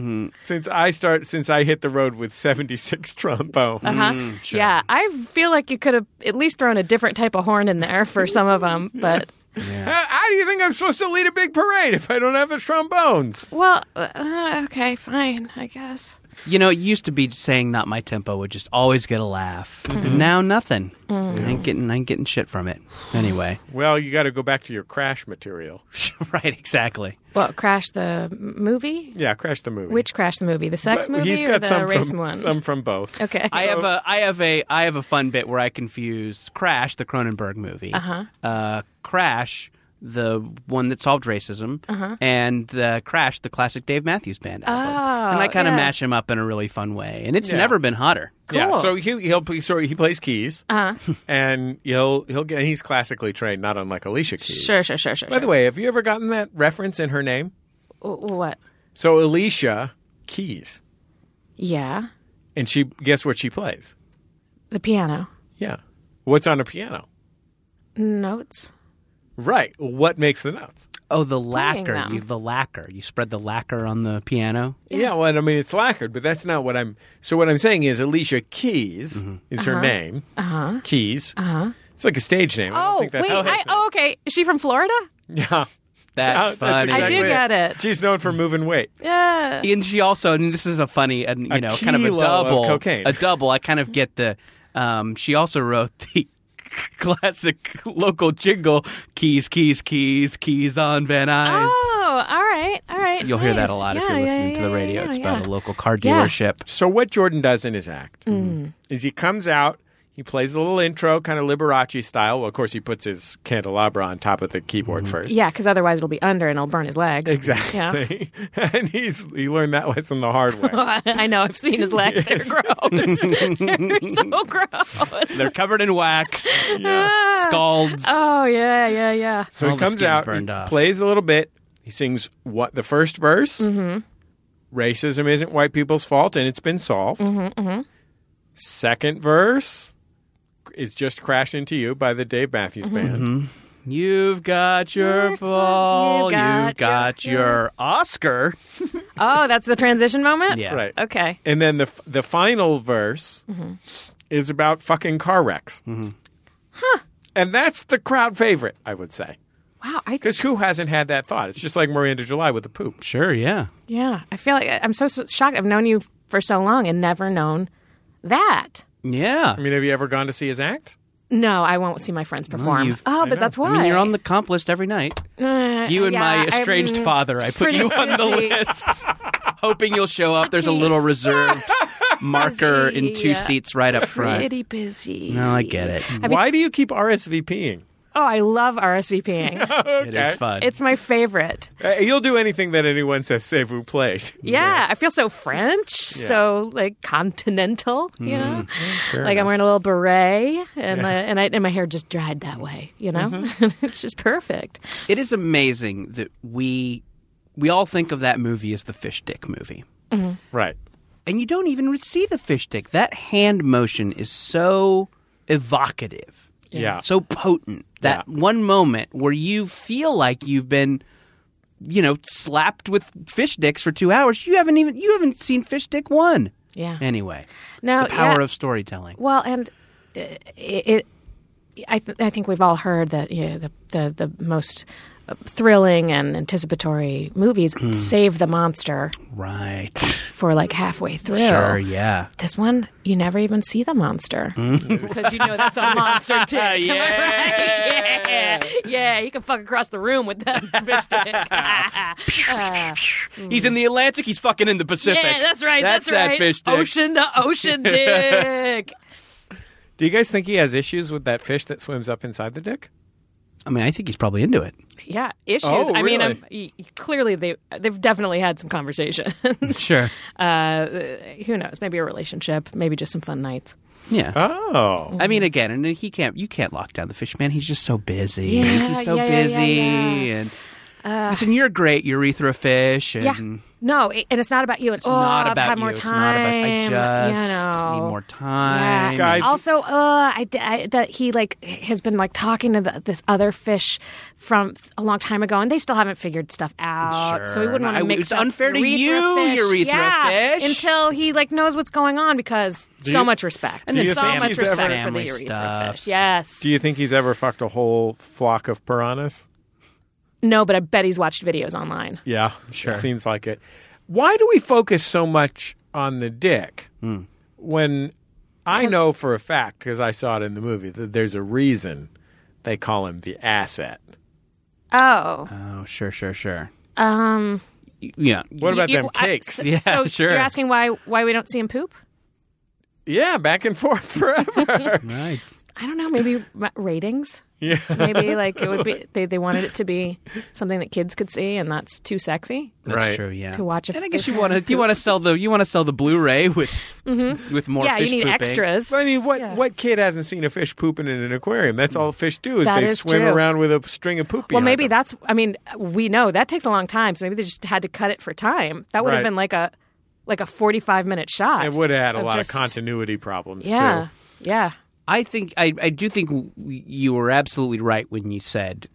since I start since I hit the road with 76 trombone.
Uh-huh. Yeah, I feel like you could have at least thrown a different type of horn in there for some of them, but
How, how do you think I'm supposed to lead a big parade if I don't have the trombones?
well, uh, okay, fine, I guess.
You know, it used to be saying "not my tempo" would just always get a laugh. And now nothing. I ain't getting. I ain't getting shit from it. Anyway,
Well, you got to go back to your crash material.
right? Exactly.
Well, Crash the m- movie?
Yeah, crash the movie.
Which Crash the movie? The sex
But
movie
He's
or
got
the
some
race
from
one?
some from both.
okay.
I have a I have a I have a fun bit where I confuse Crash, the Cronenberg movie, uh-huh. Crash, the one that solved racism, and the Crash, the classic Dave Matthews Band album,
Oh,
and I kind of
yeah.
mash them up in a really fun way, and it's
Yeah.
never been hotter.
Yeah,
Cool. Uh-huh.
so he he'll play, so he plays keys, and he'll he'll get. And he's classically trained, not unlike Alicia Keys.
sure, sure, sure, sure.
By the way, have you ever gotten that reference in her name?
sure. W- what?
So Alicia Keys,
Yeah,
and she guess what she plays?
the piano
Yeah, what's on a piano?
notes.
Right. What makes the notes?
Oh, the lacquer,
them.
you, the lacquer. You spread the lacquer on the piano.
Yeah. well, I mean, it's lacquered, but that's not what I'm. So what I'm saying is Alicia Keys
Mm-hmm.
is her name. Uh-huh. Keys. Uh-huh. It's like a stage name. I don't
Oh,
think
wait.
that's how
I, oh, okay. Is she from Florida?
Yeah.
That's
Oh,
funny.
I
exactly
do get it.
She's known for moving weight.
Yeah.
and she also and this is a funny and you
A
know kind of a
kilo of
double
cocaine.
a double i kind of get the um she also wrote the classic local jingle keys keys keys keys on van nuys
Oh, all right, all right.
you'll hear that a
nice.
lot if
Yeah,
you're
yeah,
listening to
yeah,
the
yeah,
radio
yeah,
it's about a
yeah.
local car
Yeah.
dealership
So what Jordan does in his act
Mm-hmm.
is he comes out, he plays a little intro, kind of Liberace style. Well, of course, he puts his candelabra on top of the keyboard first.
Mm-hmm. Yeah, because otherwise it'll be under and it'll burn his legs.
Exactly. and he's he learned that lesson the hard way.
I know. I've seen his legs. They're gross. They're so gross.
they're covered in wax
Ah.
scalds
Oh yeah, yeah, yeah.
So
All
he
the
comes
skin's
out,
burned
he
off.
plays a little bit, he sings what the first verse. Racism isn't white people's fault, and it's been solved. Second verse is just "Crash Into You" by the Dave Matthews Band.
Mm-hmm. you've got your
You've
ball
got
you've got
your-
your oscar
Oh, that's the transition moment.
yeah
Right.
Okay.
And then the f- the final verse is about fucking car wrecks.
Mm-hmm.
Huh. And that's the crowd favorite, I would say.
Wow. I
Because who hasn't had that thought? It's just like Miranda July with the poop.
sure yeah
yeah. I feel like I'm so, so shocked. I've known you for so long and never known that.
yeah
I mean, have you ever gone to see his act?
No, I won't see my friends perform.
you've-
oh, but that's why. Uh,
I mean, you're on the comp list every night. you and my estranged father. I put
pretty
you on the
busy.
list, hoping you'll show up. There's a little reserved marker in two
Yeah.
seats right up front.
Pretty busy.
No, I get it.
Why do you keep RSVPing?
Oh, I love RSVPing.
It is fun.
it's my favorite.
Uh, you'll do anything that anyone says, save vous plate.
Yeah, I feel so French, so like continental,
Mm-hmm.
you know. like I'm wearing a little beret, and uh, and I, and my hair just dried that way, you know.
Mm-hmm.
it's just perfect.
it is amazing that we we all think of that movie as the fish dick movie.
Right.
and you don't even see the fish stick. That hand motion is so evocative.
Yeah.
So potent. That
Yeah.
one moment where you feel like you've been you know slapped with fish dicks for 2 hours. You haven't even you haven't seen fish dick 1.
Yeah.
Anyway,
Now,
the power
Oh, yeah,
of storytelling.
well, and uh, it, it I th- I think we've all heard that you know, the the the most uh, thrilling and anticipatory movies save the monster
Right.
for like halfway through.
Sure, yeah.
This one, you never even see the monster because you know that's a monster dick. Am I right? yeah, yeah, you can fuck across the room with that bitch dick. Uh,
He's in the Atlantic, he's fucking in the Pacific.
yeah, that's right.
That's,
That's,
that
right.
fish dick.
Ocean to ocean dick.
Do you guys think he has issues with that fish that swims up inside the dick?
I mean, I think he's probably into it.
Yeah, issues.
Oh,
I mean,
really?
I'm, y- y- clearly they they've definitely had some conversations.
Sure.
uh, who knows? Maybe a relationship. Maybe just some fun nights.
Yeah.
Oh.
I mean,
Mm-hmm.
again, and he can't. You can't lock down the fish man. He's just so busy.
Yeah,
he's so
yeah, yeah,
busy.
yeah, yeah. Uh,
And listen, you're a great urethra fish. And
No, it, and it's not about you. It's,
Mm-hmm. It's not
"Oh,
about
I've had
you.
more
it's not about.
time.
I just
you know.
need more time.
Yeah.
Guys-
Also, uh, I, d- I- that he like has been like talking to the, this other fish from th- a long time ago, and they still haven't figured stuff out. So we
Sure.
wouldn't want
I-
to make
it's unfair to you, urethra
yeah,
fish.
until he like knows what's going on because so
you-
much respect,
And
then
so
family
much
stuff.
respect for the
Family
urethra
stuff.
fish. Yes.
Do you think he's ever fucked a whole flock of piranhas?
no, but I bet he's watched videos online.
Yeah.
Sure. seems like it. Why do we focus so much on the dick
Hmm.
when I know for a fact, because I saw it in the movie, that there's a reason they call him the asset.
Oh,
Oh, sure, sure, sure.
um,
Y- Yeah.
What about
you-
them
I-
cakes?
s-
Yeah,
so
sure.
You're asking why why we don't see him poop?
yeah, back and forth forever.
Right.
I don't know. Maybe ra- ratings.
yeah.
Maybe like it would be they, they wanted it to be something that kids could see, and that's too sexy
That's
Right.
true. Yeah.
to watch. If
And I guess you want to you want to sell the you want to sell the Blu-ray with with more.
Mm-hmm. yeah, you
fish
need
pooping.
extras.
I mean, what
Yeah. Mm.
what kid hasn't seen a fish pooping in an aquarium? That's all fish do is
That
they
is
swim
true.
around with a string of poop.
well,
behind
maybe
them.
that's. I mean, we know that takes a long time, so maybe they just had to cut it for time. That would
Right.
have been like a like a forty five minute shot.
It would add a
of
lot
just-
of continuity problems
Yeah,
too.
yeah.
I think I, I do think w- you were absolutely right when you said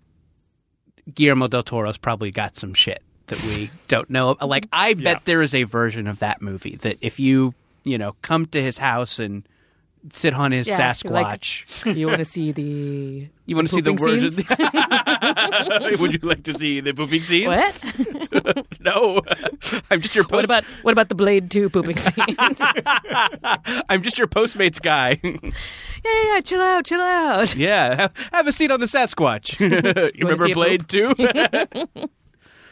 Guillermo del Toro's probably got some shit that we don't know. Like I bet there is a version of that movie that if you you know come to his house and sit on his
Yeah,
Sasquatch,
you're like- You want to see the
you want to see the
pooping
version. Would you like to see the pooping scenes?
what?
No, I'm just your post-
What about what about the Blade Two pooping scenes? yeah,
I'm just your Postmates guy.
yeah, yeah, chill out, chill out.
yeah, have, have a seat on the Sasquatch. you
see
remember
a
Blade Two?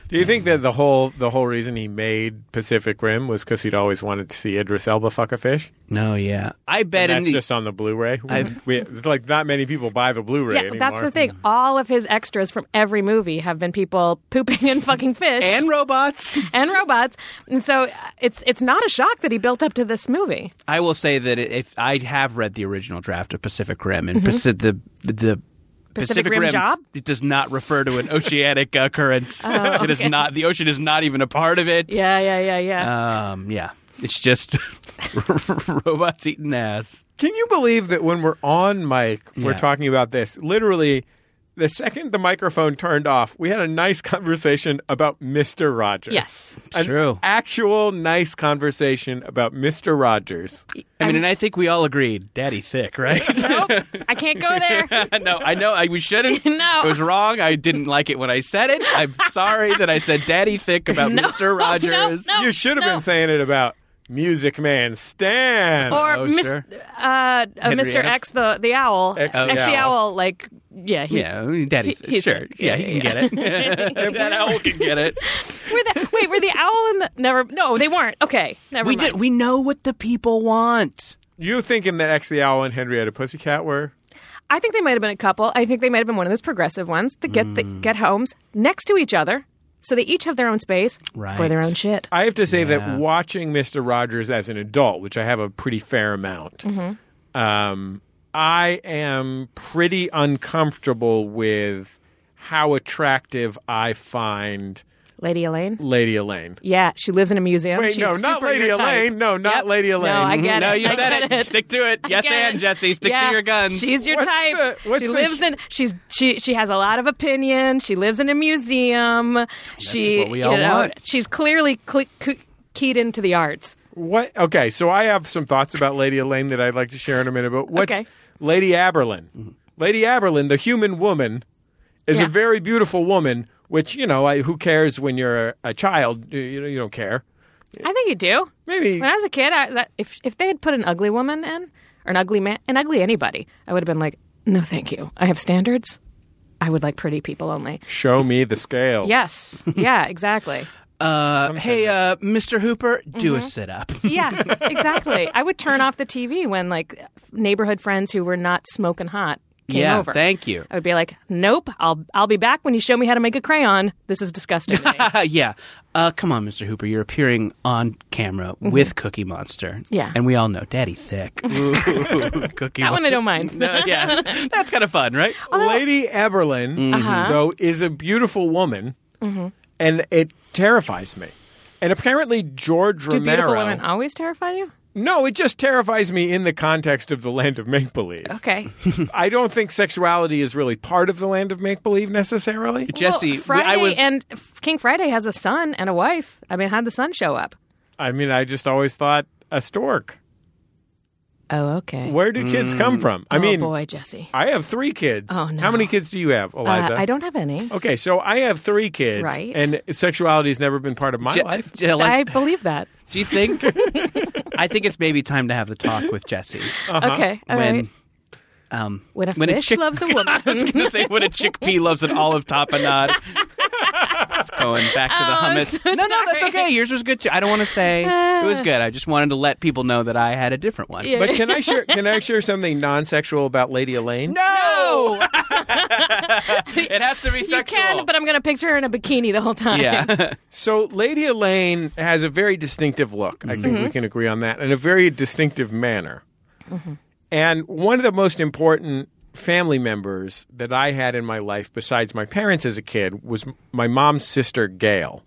Do you think that the whole the whole reason he made Pacific Rim was because he'd always wanted to see Idris Elba fuck a fish?
no, yeah, I bet
And
in
that's
the
just on the Blu-ray.
I-
We, it's like not many people buy the Blu-ray
Yeah,
anymore.
that's the thing. All of his extras from every movie have been people pooping and fucking fish
and robots.
and robots, and so uh, it's it's not a shock that he built up to this movie.
I will say that if I have read the original draft of Pacific Rim, and Paci- the the
Mm-hmm. Pacific Rim job?
it does not refer to an oceanic occurrence. It is not the ocean is not even a part of it.
Oh, Yeah, yeah, yeah, yeah.
um, yeah, it's just robots eating ass.
Can you believe that when we're on mic, we're
Yeah.
talking about this? Literally, the second the microphone turned off, we had a nice conversation about Mister Rogers.
yes,
An
True.
Actual nice conversation about Mr. Rogers.
I mean, and I think we all agreed, Daddy Thick, right?
nope, I can't go there.
no, I know I, we shouldn't.
No.
It was wrong. I didn't like it when I said it. I'm sorry that I said Daddy Thick about Mr. Rogers.
no.
you should have
no.
been saying it about Music Man Stan.
Or
Oh,
Mis-
sure.
uh, uh, Mr.
Henrietta?
X the the owl,
X the
the
owl.
owl, like yeah, he,
Yeah, I mean, Daddy.
He- he's
sure.
right.
Yeah,
Yeah,
he can get it. that owl can get it.
Were the, wait, were the owl and the never? No, they weren't. Okay, never
We
mind.
did, we know what the people want.
you thinking that X the Owl and Henrietta Pussycat were?
I think they might have been a couple. I think they might have been one of those progressive ones that get the,
Hmm.
get homes next to each other, so they each have their own space for
Right.
their own shit.
I have to say that watching Mr. Rogers as an adult, which I have a pretty fair amount,
Mm-hmm.
um, I am pretty uncomfortable with how attractive I find
Lady Elaine.
Lady Elaine.
Yeah, she lives in a museum.
Wait,
She's
no, not
super
Lady
your type.
Elaine. No, not
Yep.
Lady Elaine.
No, I get
no,
it.
you
I
said
get
it. Stick to it.
I
Yes,
get
and
it.
Jesse, stick
Yeah.
to your guns.
She's your
What's
type.
the- what's
she
the
lives
sh-
in. She's she. She has a lot of opinion. She lives in a museum. she.
what we all
you know,
want.
She's clearly cl- cl- keyed into the arts.
What? Okay, so I have some thoughts about Lady Elaine that I'd like to share in a minute. But what's
Okay.
Lady Aberlin? Lady Aberlin, the human woman, is
Yeah.
a very beautiful woman. Which you know, I, who cares when you're a, a child? You, you know, you don't care.
I think you do.
Maybe
When I was a kid, I, that, if if they had put an ugly woman in or an ugly man, an ugly anybody, I would have been like, no, thank you. I have standards. I would like pretty people only.
show me the scales.
Yes. yeah. Exactly.
Uh, hey, uh, Mr. Hooper, do
Mm-hmm.
a sit up.
Yeah, exactly. I would turn off the TV when like neighborhood friends who were not smoking hot came
yeah,
over.
thank you.
I would be like, "Nope, I'll I'll be back when you show me how to make a crayon. This is disgusting." to me."
Uh, yeah. Uh, come on, Mr. Hooper. You're appearing on camera with Cookie Monster.
Mm-hmm. Yeah.
And we all know Daddy Thick. Ooh, Cookie
that one
Monster.
I don't mind.
No, yeah. That's kind of fun, right?
Oh,
Lady Eberlin,
Uh-huh.
though, is a beautiful woman,
Mm-hmm.
and it terrifies me. And apparently, George
Do
Romero.
beautiful women always terrify you?
No, it just terrifies me in the context of the land of make believe.
Okay.
I don't think sexuality is really part of the land of make believe necessarily.
Jesse, we-
well, Friday
I was.
and King Friday has a son and a wife. I mean, how'd the son show up?
I mean, I just always thought a stork.
Oh, okay.
Where do kids come from? I
oh
mean,
boy, Jesse.
I have three kids.
Oh, no.
How many kids do you have,
Uh,
Eliza?
I don't have any.
Okay, so I have three kids,
Right.
and sexuality has never been part of my
Je-
life.
Je- like,
I believe that.
do you think? I think it's maybe time to have the talk with Jesse.
Okay. all
Uh-huh. when,
right.
um,
When a
when a
fish
chick-
loves a woman.
I was going to say when a chickpea loves an olive tapenade. It's going back to the
Oh, I'm
hummus.
so
no, no, that's
sorry.
okay. Yours was good too. I don't want to say it was good. I just wanted to let people know that I had a different one.
Yeah.
But can I share? Can I share something non-sexual about Lady Elaine?
No, it has to be
you
sexual.
can, but I'm going to picture her in a bikini the whole time.
yeah,
So Lady Elaine has a very distinctive look. I think we can agree on that, and a very distinctive manner. And one of the most important family members that I had in my life, besides my parents as a kid, was m- my mom's sister Gail,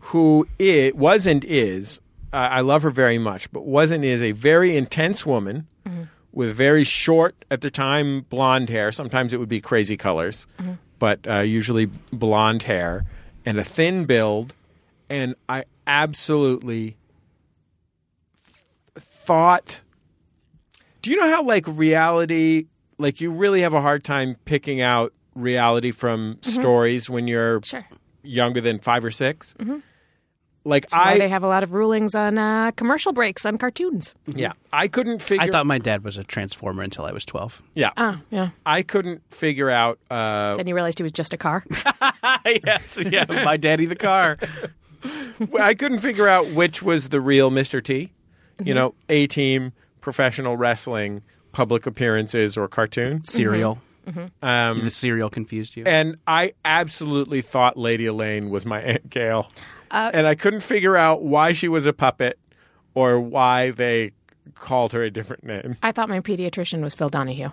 who i- was and is. Uh, I love her very much, but was and is a very intense woman. With very short, at the time, blonde hair. Sometimes it would be crazy colors,
Mm-hmm.
but uh, usually blonde hair and a thin build. And I absolutely thought do you know how like reality like you really have a hard time picking out reality from stories when you're
Mm-hmm. Sure. Mm-hmm.
younger than five or 6 like
Why
i
they have a lot of rulings on uh, commercial breaks on cartoons.
yeah i couldn't figure
I thought my dad was a transformer until I was twelve.
yeah
Oh, yeah.
i couldn't figure out uh
Then you realized he was just a car.
yes, yeah, Mm-hmm. my daddy the car.
i couldn't figure out which was the real mr t
Mm-hmm.
you know a team professional wrestling public appearances or cartoon
Cereal.
um
The cereal confused you.
and I absolutely thought Lady Elaine was my Aunt Gail.
Uh,
and I couldn't figure out why she was a puppet or why they called her a different name.
I thought my pediatrician was Phil Donahue.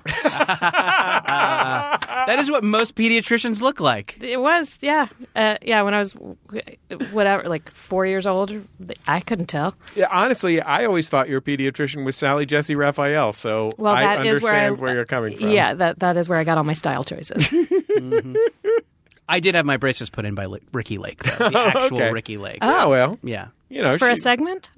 That is what most pediatricians look like.
It was, yeah. Uh, yeah, when I was, whatever, like four years old, I couldn't tell.
Yeah, honestly, I always thought your pediatrician was Sally Jesse Raphael, so
Well,
I
that
understand
is where I-
where you're coming from.
Yeah, that, that is where I got all my style choices.
I did have my braces put in by Li- Ricky Lake, though, the actual
Okay.
Ricky Lake.
Oh, well,
Yeah.
you know,
For
she,
a segment?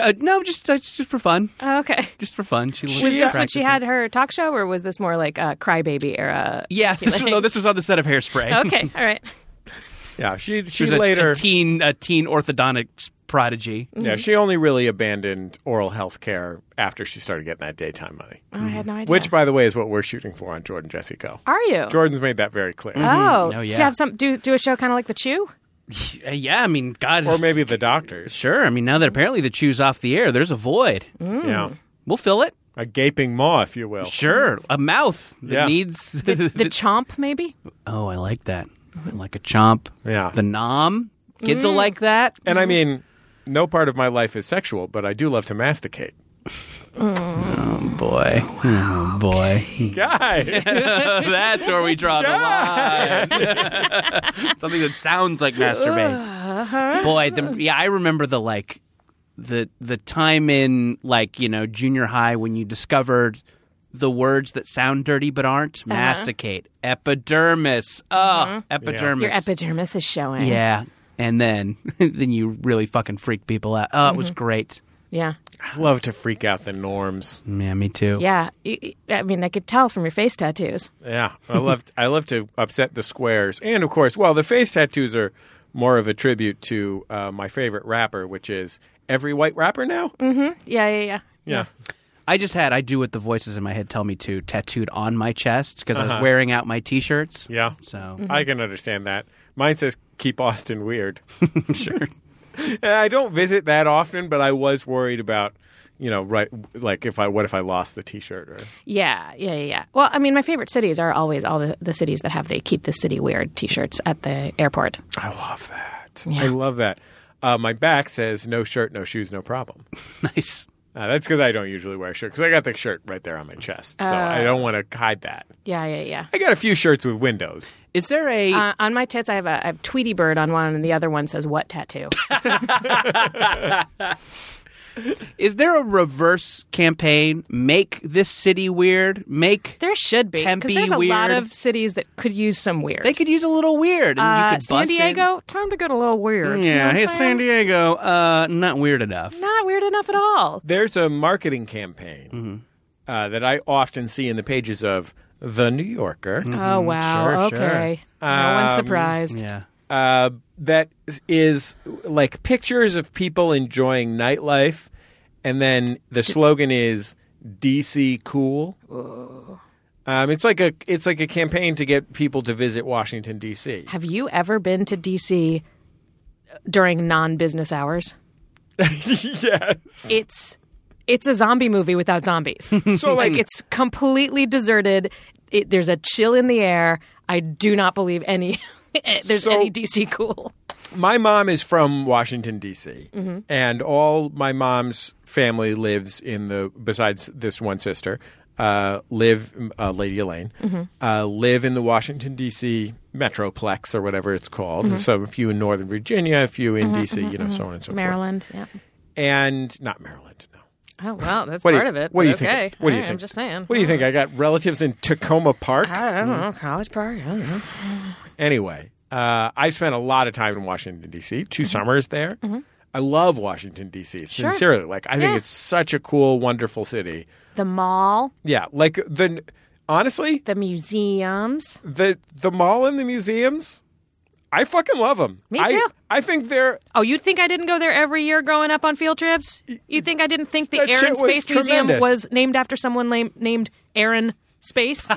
Uh, no, just uh, just for fun.
Oh, okay.
Just for fun. She
Was this when she had her talk show, or was this more like uh, Crybaby era?
Yeah, this,
Lake?
no, this was on the set of Hairspray.
Okay, all right.
yeah, she she
She was a-
later
a teen, a teen orthodontic prodigy.
yeah, she only really abandoned oral health care after she started getting that daytime money.
Oh, I had no idea.
Which by the way is what we're shooting for on Jordan Jesse Co.
are you?
Jordan's made that very clear.
Oh,
No,
do you
yeah.
have some? Do do a show kind of like the Chew?
Uh, yeah, I mean, God,
Or maybe the doctors.
sure. I mean, now that
Mm-hmm.
apparently the chew's off the air, there's a void.
Yeah.
We'll fill it.
A gaping maw, if you will.
Mm. Sure, a mouth that
Yeah.
needs.
Mm-hmm. The Mm-hmm. Chomp, maybe.
oh, I like that. I like a chomp.
Yeah.
the nom. Kids
Mm.
will like that.
And I mean, no part of my life is sexual, but I do love to masticate.
Boy, oh boy,
Guy!
that's where we draw the line. Something that sounds like masturbates. Boy, the, yeah, I remember the like the the time in like you know junior high when you discovered the words that sound dirty but aren't masticate epidermis. Oh, epidermis.
Your epidermis is showing.
yeah. And then, then you really fucking freak people out. Oh, it was great.
yeah,
I love to freak out the norms.
Yeah, me too.
yeah. You- you- I mean, I could tell from your face tattoos.
Yeah. I love I love to upset the squares. And of course, well, the face tattoos are more of a tribute to uh, my favorite rapper, which is every white rapper now?
Mm.
Yeah, yeah, yeah.
Yeah.
I just had I do what the voices in my head tell me to tattooed on my chest because I was wearing out my t-shirts.
Yeah.
So
I can understand that. Mine says keep Austin weird.
sure.
And I don't visit that often, but I was worried about, you know, right, like if I, what if I lost the T-shirt or
Yeah, yeah, yeah, yeah. Well, I mean, my favorite cities are always all the, the cities that have the "Keep the City Weird" T-shirts at the airport.
I love that. I love that. Uh, my back says no shirt, no shoes, no problem.
nice.
Uh, that's because I don't usually wear a shirt because I got the shirt right there on my chest, so I don't want to hide that.
Yeah, yeah, yeah.
I got a few shirts with windows.
Is there a
Uh, on my tits, I have a I have Tweety Bird on one, and the other one says "What tattoo?"
is there a reverse campaign? Make this city weird. Make
There should be
Tempe
because there's a lot
weird.
of cities that could use some weird.
they could use a little weird. And
Uh,
you could
San
bus in.
Diego, time to get a little weird. You know
Yeah,
what
hey
I'm saying?
San Diego, uh, not weird enough.
Not weird enough at all.
There's a marketing campaign uh, that I often see in the pages of the New Yorker.
Oh wow.
Mm, sure, sure.
okay. No one's
Um,
surprised.
Yeah,
uh, that is, is like pictures of people enjoying nightlife, and then the slogan is DC cool. Um, it's like a it's like a campaign to get people to visit Washington D.C.
Have you ever been to DC during non-business hours?
yes,
It's it's a zombie movie without zombies.
so
like
like
it's completely deserted. It, there's a chill in the air. I do not believe any eh, there's
So-
any DC cool.
my mom is from Washington D.C. and all my mom's family lives in the besides this one sister uh, live uh, Lady Elaine uh, live in the Washington D.C. metroplex or whatever it's called.
Mm-hmm.
So a few in Northern Virginia, a few in D.C. you know, so on and so forth.
Maryland. Yeah.
and not Maryland. No.
Oh wow, that's
What do
part
you-
of it.
What do you
okay.
think? What do you
All right,
think?
I'm just saying.
What do you think? I got relatives in Tacoma Park.
I don't know, college party. I don't know.
Anyway, uh, I spent a lot of time in Washington D.C.
Mm-hmm.
2 summers there. I love Washington D.C. Sincerely, like I think
Yeah.
it's such a cool, wonderful city.
The mall,
Yeah, like the honestly
the museums.
the the mall and the museums. I fucking love them.
Me
I-
too.
I, think they're
Oh, you think I didn't go there every year growing up on field trips? You think I didn't think the
That
Air
shit
and
was
Space Museum
tremendous.
was named after someone lame, named Aaron Space?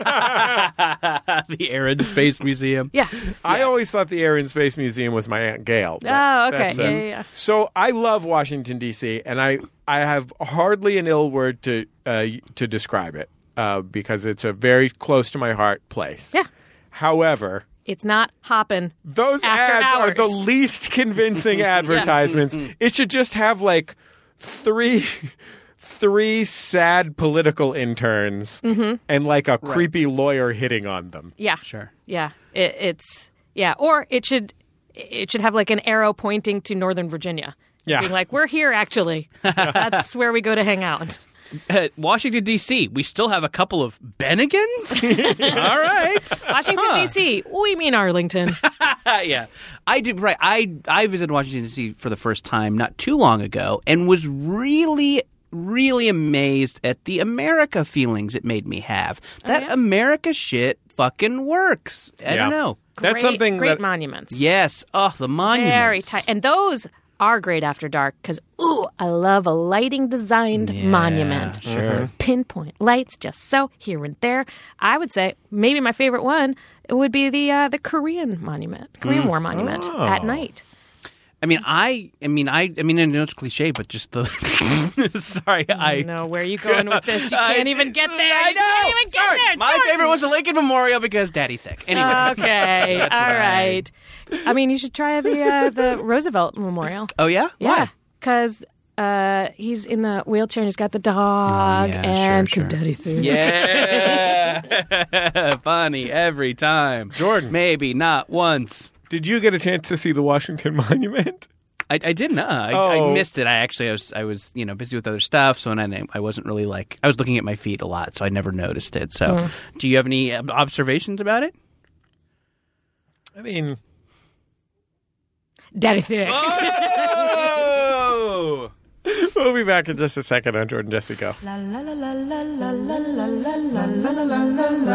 the Arid Space Museum.
Oh, yeah.
I always thought the Air and Space Museum was my Aunt Gail. but
Oh, okay.
that's
Yeah,
it.
yeah, yeah.
So I love Washington D.C. and I I have hardly an ill word to uh, to describe it uh, because it's a very close to my heart place.
Yeah.
However,
It's not hopping.
those
After
ads are
hours. Mm-hmm.
the least convincing advertisements. It should just have like three three sad political interns
Mm-hmm.
and like a creepy lawyer hitting on them.
Yeah.
Sure.
Yeah. It, it's yeah, or it should it should have like an arrow pointing to Northern Virginia.
Yeah.
Being like, "We're here actually. That's where we go to hang out."
Uh-huh.
Uh, Washington D.C. We still have a couple of Bennigans. All right.
Washington D.C. We mean Arlington.
Uh, yeah, I did. Right, I I visited Washington D.C. for the first time not too long ago, and was really really amazed at the America feelings it made me have.
Oh,
That America shit fucking works. I
Yeah.
don't know.
That's
Great-
something
great
that
monuments.
Yes. Oh, the monuments.
Very tight. And those are great after dark because, ooh, I love a lighting designed monument. Sure. Pinpoint lights just so here and there. I would say maybe my favorite one would be the uh, the Korean monument, Korean
Mm.
War monument
Oh.
at night.
I mean, I. I mean, I. I mean, I know it's cliche, but just the. Sorry, I.
I know where you going with this. Oh, You
I-
can't even get there.
I
You
know.
can't even get
Sorry.
there.
My
Jordan. Uh,
favorite was the Lincoln Memorial because Daddy thick. Anyway.
Okay. All
what I-
right. I mean, you should try the uh, the Roosevelt Memorial.
oh yeah.
Yeah,
Why?
because uh, he's in the wheelchair and he's got the
Oh,
dog,
yeah,
and
sure,
because
sure.
Daddy threw.
Yeah. Funny every time.
Jordan.
Maybe not once.
Did you get a chance to see the Washington Monument?
I, I didn't. Uh, I, I
Oh.
missed it. I actually I was I was you know busy with other stuff, so and I I wasn't really like I was looking at my feet a lot, so I never noticed it. So,
Hmm.
do you have any ob- observations about it?
I mean,
Daddy Thick.
Oh,
we'll be back in just a second on Jordan Jesse Go.
La la la la la la la la la la.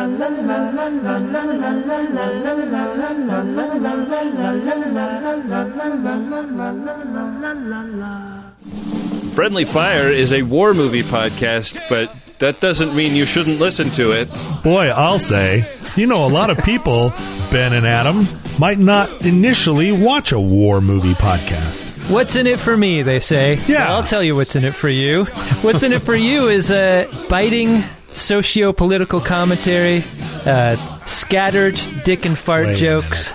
Friendly Fire is a war movie podcast, but that doesn't mean you shouldn't listen to it.
Boy, I'll say. You know, a lot of people, Ben and Adam, might not initially watch a war movie podcast.
What's in it for me? They say.
Yeah.
Well, I'll tell you what's in it for you. What's in it for you is a biting socio-political commentary, uh, scattered dick and fart
Wait a
jokes.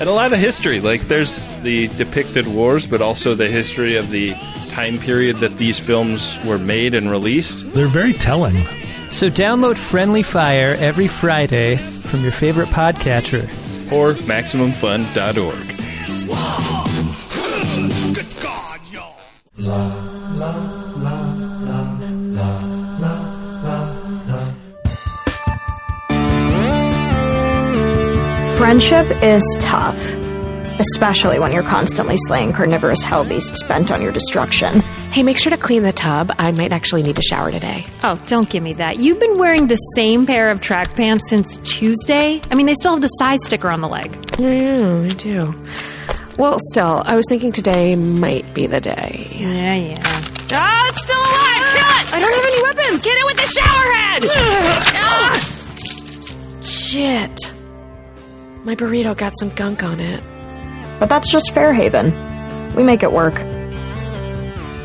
and a lot of history. Like there's the depicted wars, but also the history of the time period that these films were made and released.
They're very telling.
So download Friendly Fire every Friday from your favorite podcatcher.
Or MaximumFun.org.
Friendship is tough, especially when you're constantly slaying carnivorous hell beasts bent on your destruction.
Hey, make sure to clean the tub. I might actually need to shower today.
Oh, don't give me that. You've been wearing the same pair of track pants since Tuesday. I mean, they still have the size sticker on the leg.
I do. Well, still, I was thinking today might be the day.
Yeah, yeah. Ah, it's still alive! Kill it!
I don't have any weapons. Get it with the shower head. Ah! Shit. My burrito got some gunk on it.
But that's just Fairhaven. We make it work.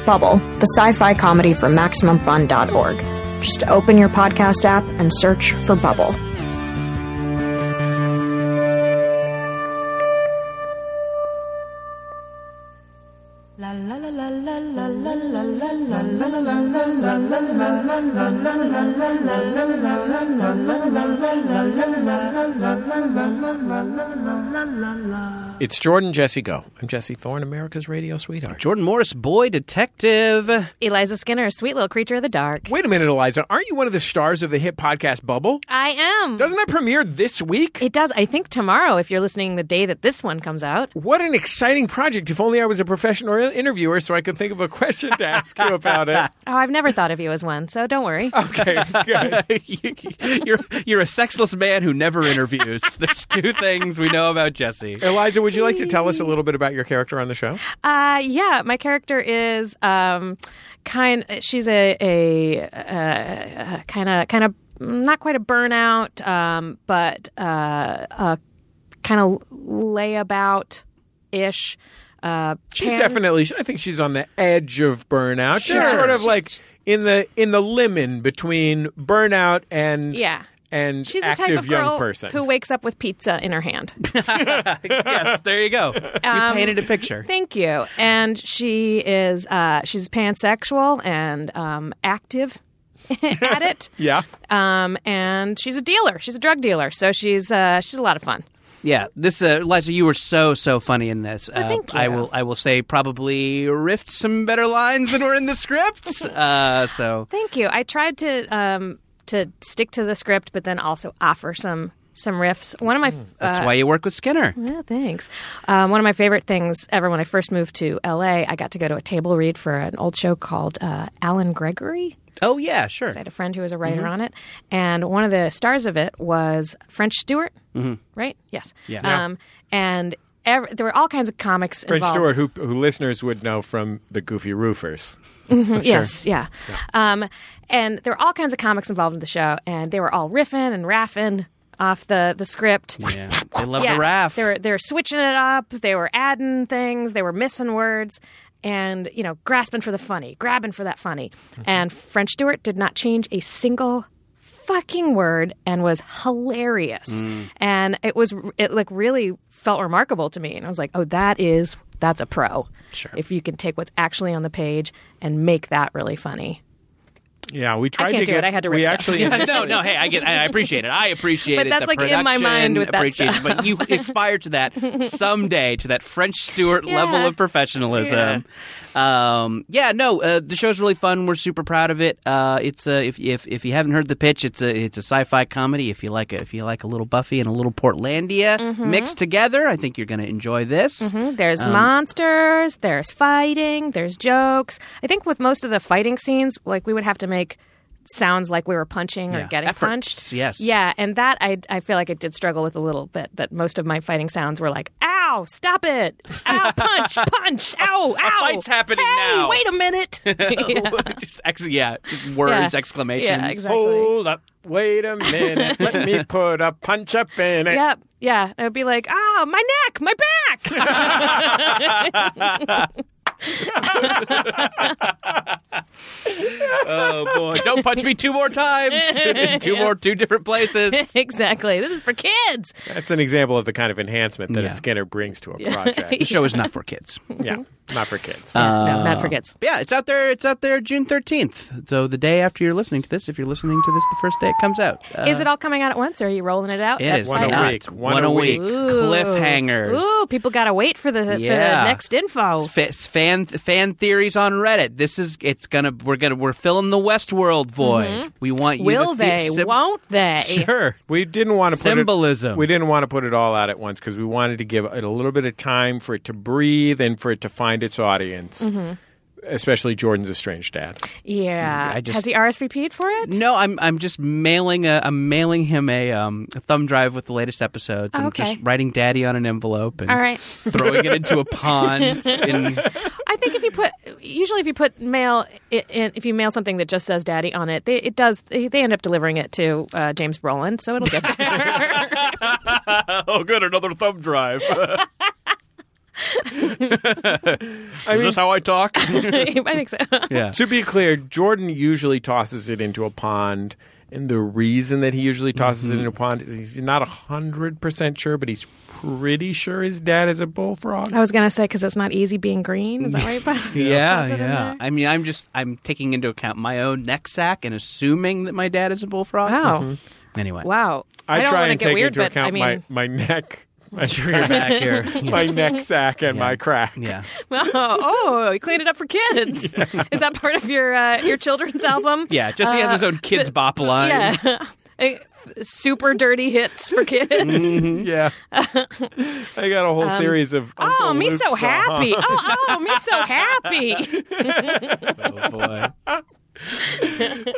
Bubble, the sci fi comedy from MaximumFun.org. Just open your podcast app and search for Bubble.
It's Jordan Jesse Go. I'm Jesse Thorne, America's radio sweetheart.
Jordan Morris, boy detective.
Eliza Skinner, sweet little creature of the dark.
Wait a minute, Eliza. Aren't you one of the stars of the hit podcast Bubble?
I am.
Doesn't that premiere this week?
it does. I think tomorrow, if you're listening the day that this one comes out.
What an exciting project. If only I was a professional interviewer so I could think of a question to ask you about it.
Oh, I've never thought of you as one, so don't worry.
Okay, good.
you're you're a sexless man who never interviews. There's two things we know about Jesse.
Eliza, would you like to tell us a little bit about your character on the show?
Uh, yeah, my character is um, kind. She's a a kind of kind of not quite a burnout, um, but uh, a kind of layabout ish. Uh,
She's
pan-
definitely. I think she's on the edge of burnout.
Sure.
She's sort of like in the in the lemon between burnout and
yeah.
and
She's
active
the type of
young
girl
person.
who wakes up with pizza in her hand.
yes, there you go. you painted a picture.
Thank you. And she is uh, she's pansexual and um, active at it.
yeah,
Um, and she's a dealer. She's a drug dealer. So she's uh, she's a lot of fun.
Yeah, this uh, Liza, you were so so funny in this. Uh,
thank
I
you.
will I will say probably riffed some better lines than were in the scripts. uh, so
Thank you. I tried to um, to stick to the script, but then also offer some some riffs. One of my
that's
uh,
why you work with Skinner.
Yeah, thanks. Um, one of my favorite things ever when I first moved to LA, I got to go to a table read for an old show called uh, Alan Gregory.
Oh yeah, sure.
I had a friend who was a writer on it, and one of the stars of it was French Stewart, mm-hmm. right? Yes.
Yeah. Yeah.
Um, and ev- there were all kinds of comics
French
involved.
Stewart, who, who listeners would know from the Goofy Roofers.
Mm, Yes, yeah. Um, and there were all kinds of comics involved in the show, and they were all riffing and raffing off the, the script.
Yeah, they love
Yeah.
the raft.
They were they were switching it up. They were adding things. They were missing words, and you know, grasping for the funny, grabbing for that funny.
Mm-hmm.
And French Stewart did not change a single fucking word, and was hilarious.
Mm.
And it was it like really felt remarkable to me. And I was like, oh, that is that's a pro. Sure. If you can take what's actually on the page and make that really funny.
Yeah, we tried
can't
to
do
get.
it. I had to
We
riff
actually
no, no. Hey, I get. I appreciate it. I appreciate
But
it.
that's,
the
like, in my
production
mind with that
appreciation, But you aspire to that someday, to that French Stewart level
Yeah.
of professionalism. Yeah. Um, yeah. No. Uh, the show's really fun. We're super proud of it. Uh, it's a, if, if if you haven't heard the pitch, it's a it's a sci-fi comedy. If you like a, if you like a little Buffy and a little Portlandia
Mm-hmm.
mixed together, I think you're going to enjoy this.
There's
Um,
monsters, there's fighting, there's jokes. I think with most of the fighting scenes, like we would have to make sounds like we were punching
Yeah.
or getting
Efforts,
punched.
yes.
Yeah, and that I I feel like I did struggle with a little bit that most of my fighting sounds were like ow ow, stop it, ow, punch, punch, ow, ow.
fight's happening
hey,
now.
wait a minute. yeah.
just ex- yeah, just words,
Yeah.
exclamations.
yeah, exactly.
Hold up. Wait a minute. Let me put a punch up in it.
Yep. Yeah. And I'd be like, ah, my neck, my back.
Oh boy! Don't punch me two more times. two more, two different places.
exactly. This is for kids.
That's an example of the kind of enhancement that
Yeah.
a Skinner brings to a project.
The show is not for kids.
yeah, not for kids.
Uh,
no, Matt forgets.
But yeah, it's out there. It's out there June thirteenth. So the day after you're listening to this, if you're listening to this the first day it comes out, uh,
is it all coming out at once? Or are you rolling it out?
It
That's
is
One a
fine.
not.
week.
One, a week.
Ooh.
Cliffhangers.
Ooh, people gotta wait for the, for the
Yeah.
next info.
It's fa- it's fan fan theories on Reddit. This is it's gonna we're gonna we're filling the Westworld void. We want you.
Mm-hmm. Will
to the-
they?
sim-
Won't they?
Sure.
we didn't want to put
Symbolism.
It, we didn't want to put it all out at once because we wanted to give it a little bit of time for it to breathe and for it to find its audience,
Mm-hmm.
especially Jordan's estranged dad.
Yeah.
I just- Mm.
Has he RSVP'd for it?
No, I'm I'm just mailing a I'm mailing him a um a thumb drive with the latest episodes. I'm
Okay.
just writing daddy on an envelope and
All right.
throwing it into a pond in
I think if you put, usually if you put mail, i- in, if you mail something that just says "daddy" on it, they, it does. They, they end up delivering it to uh, James Brolin, so it'll get there.
Oh, good, another thumb drive. Is this how I talk?
I think so.
yeah.
To be clear, Jordan usually tosses it into a pond. And the reason that he usually tosses
Mm-hmm.
it into a pond is he's not 100% sure, but he's pretty sure his dad is a bullfrog.
I was gonna say because it's not easy being green. Is that right? Bob?
Yeah,
Is it in
yeah.
there?
I mean, I'm just I'm taking into account my own neck sack and assuming that my dad is a bullfrog. Mm-hmm.
Wow.
Anyway,
Wow.
I,
don't
try
wanna
and
get
take
weird,
into
but
account
I mean,
my, my neck, my,
You're back here.
my neck sack, and my crack.
yeah.
oh, oh, you cleaned it up for kids. Is that part of your uh, your children's album?
Yeah, Jesse has his own kids bop line.
Uh, Yeah. Eh, Super dirty hits for
Mm,
kids.
Yeah. I got a whole series of. Uncle uh-huh.
Um, Oh, me
Luke
so
songs.
happy. Oh, oh, me so happy.
Oh boy.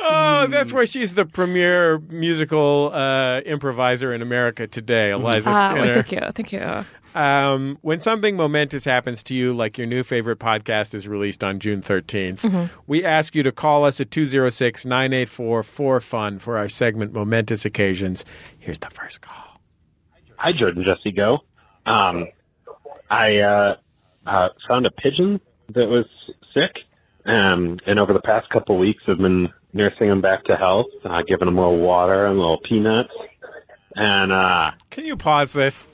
Oh, that's
Um,
why she's the premier musical uh, improviser in America today,
Mm-hmm.
Eliza
Uh, well,
Skinner.
thank you. Thank you.
Um, when something momentous happens to you, like your new favorite podcast is released on June 13th,
Mm-hmm.
we ask you to call us at 206 984 4FUN for our segment Momentous Occasions. Here's the first call.
Hi, Jordan, Jesse, go. Um, I uh, uh, found a pigeon that was sick, um, and over the past couple weeks, I've been nursing him back to health, uh, giving him a little water and little peanuts, and uh,
Can you pause this?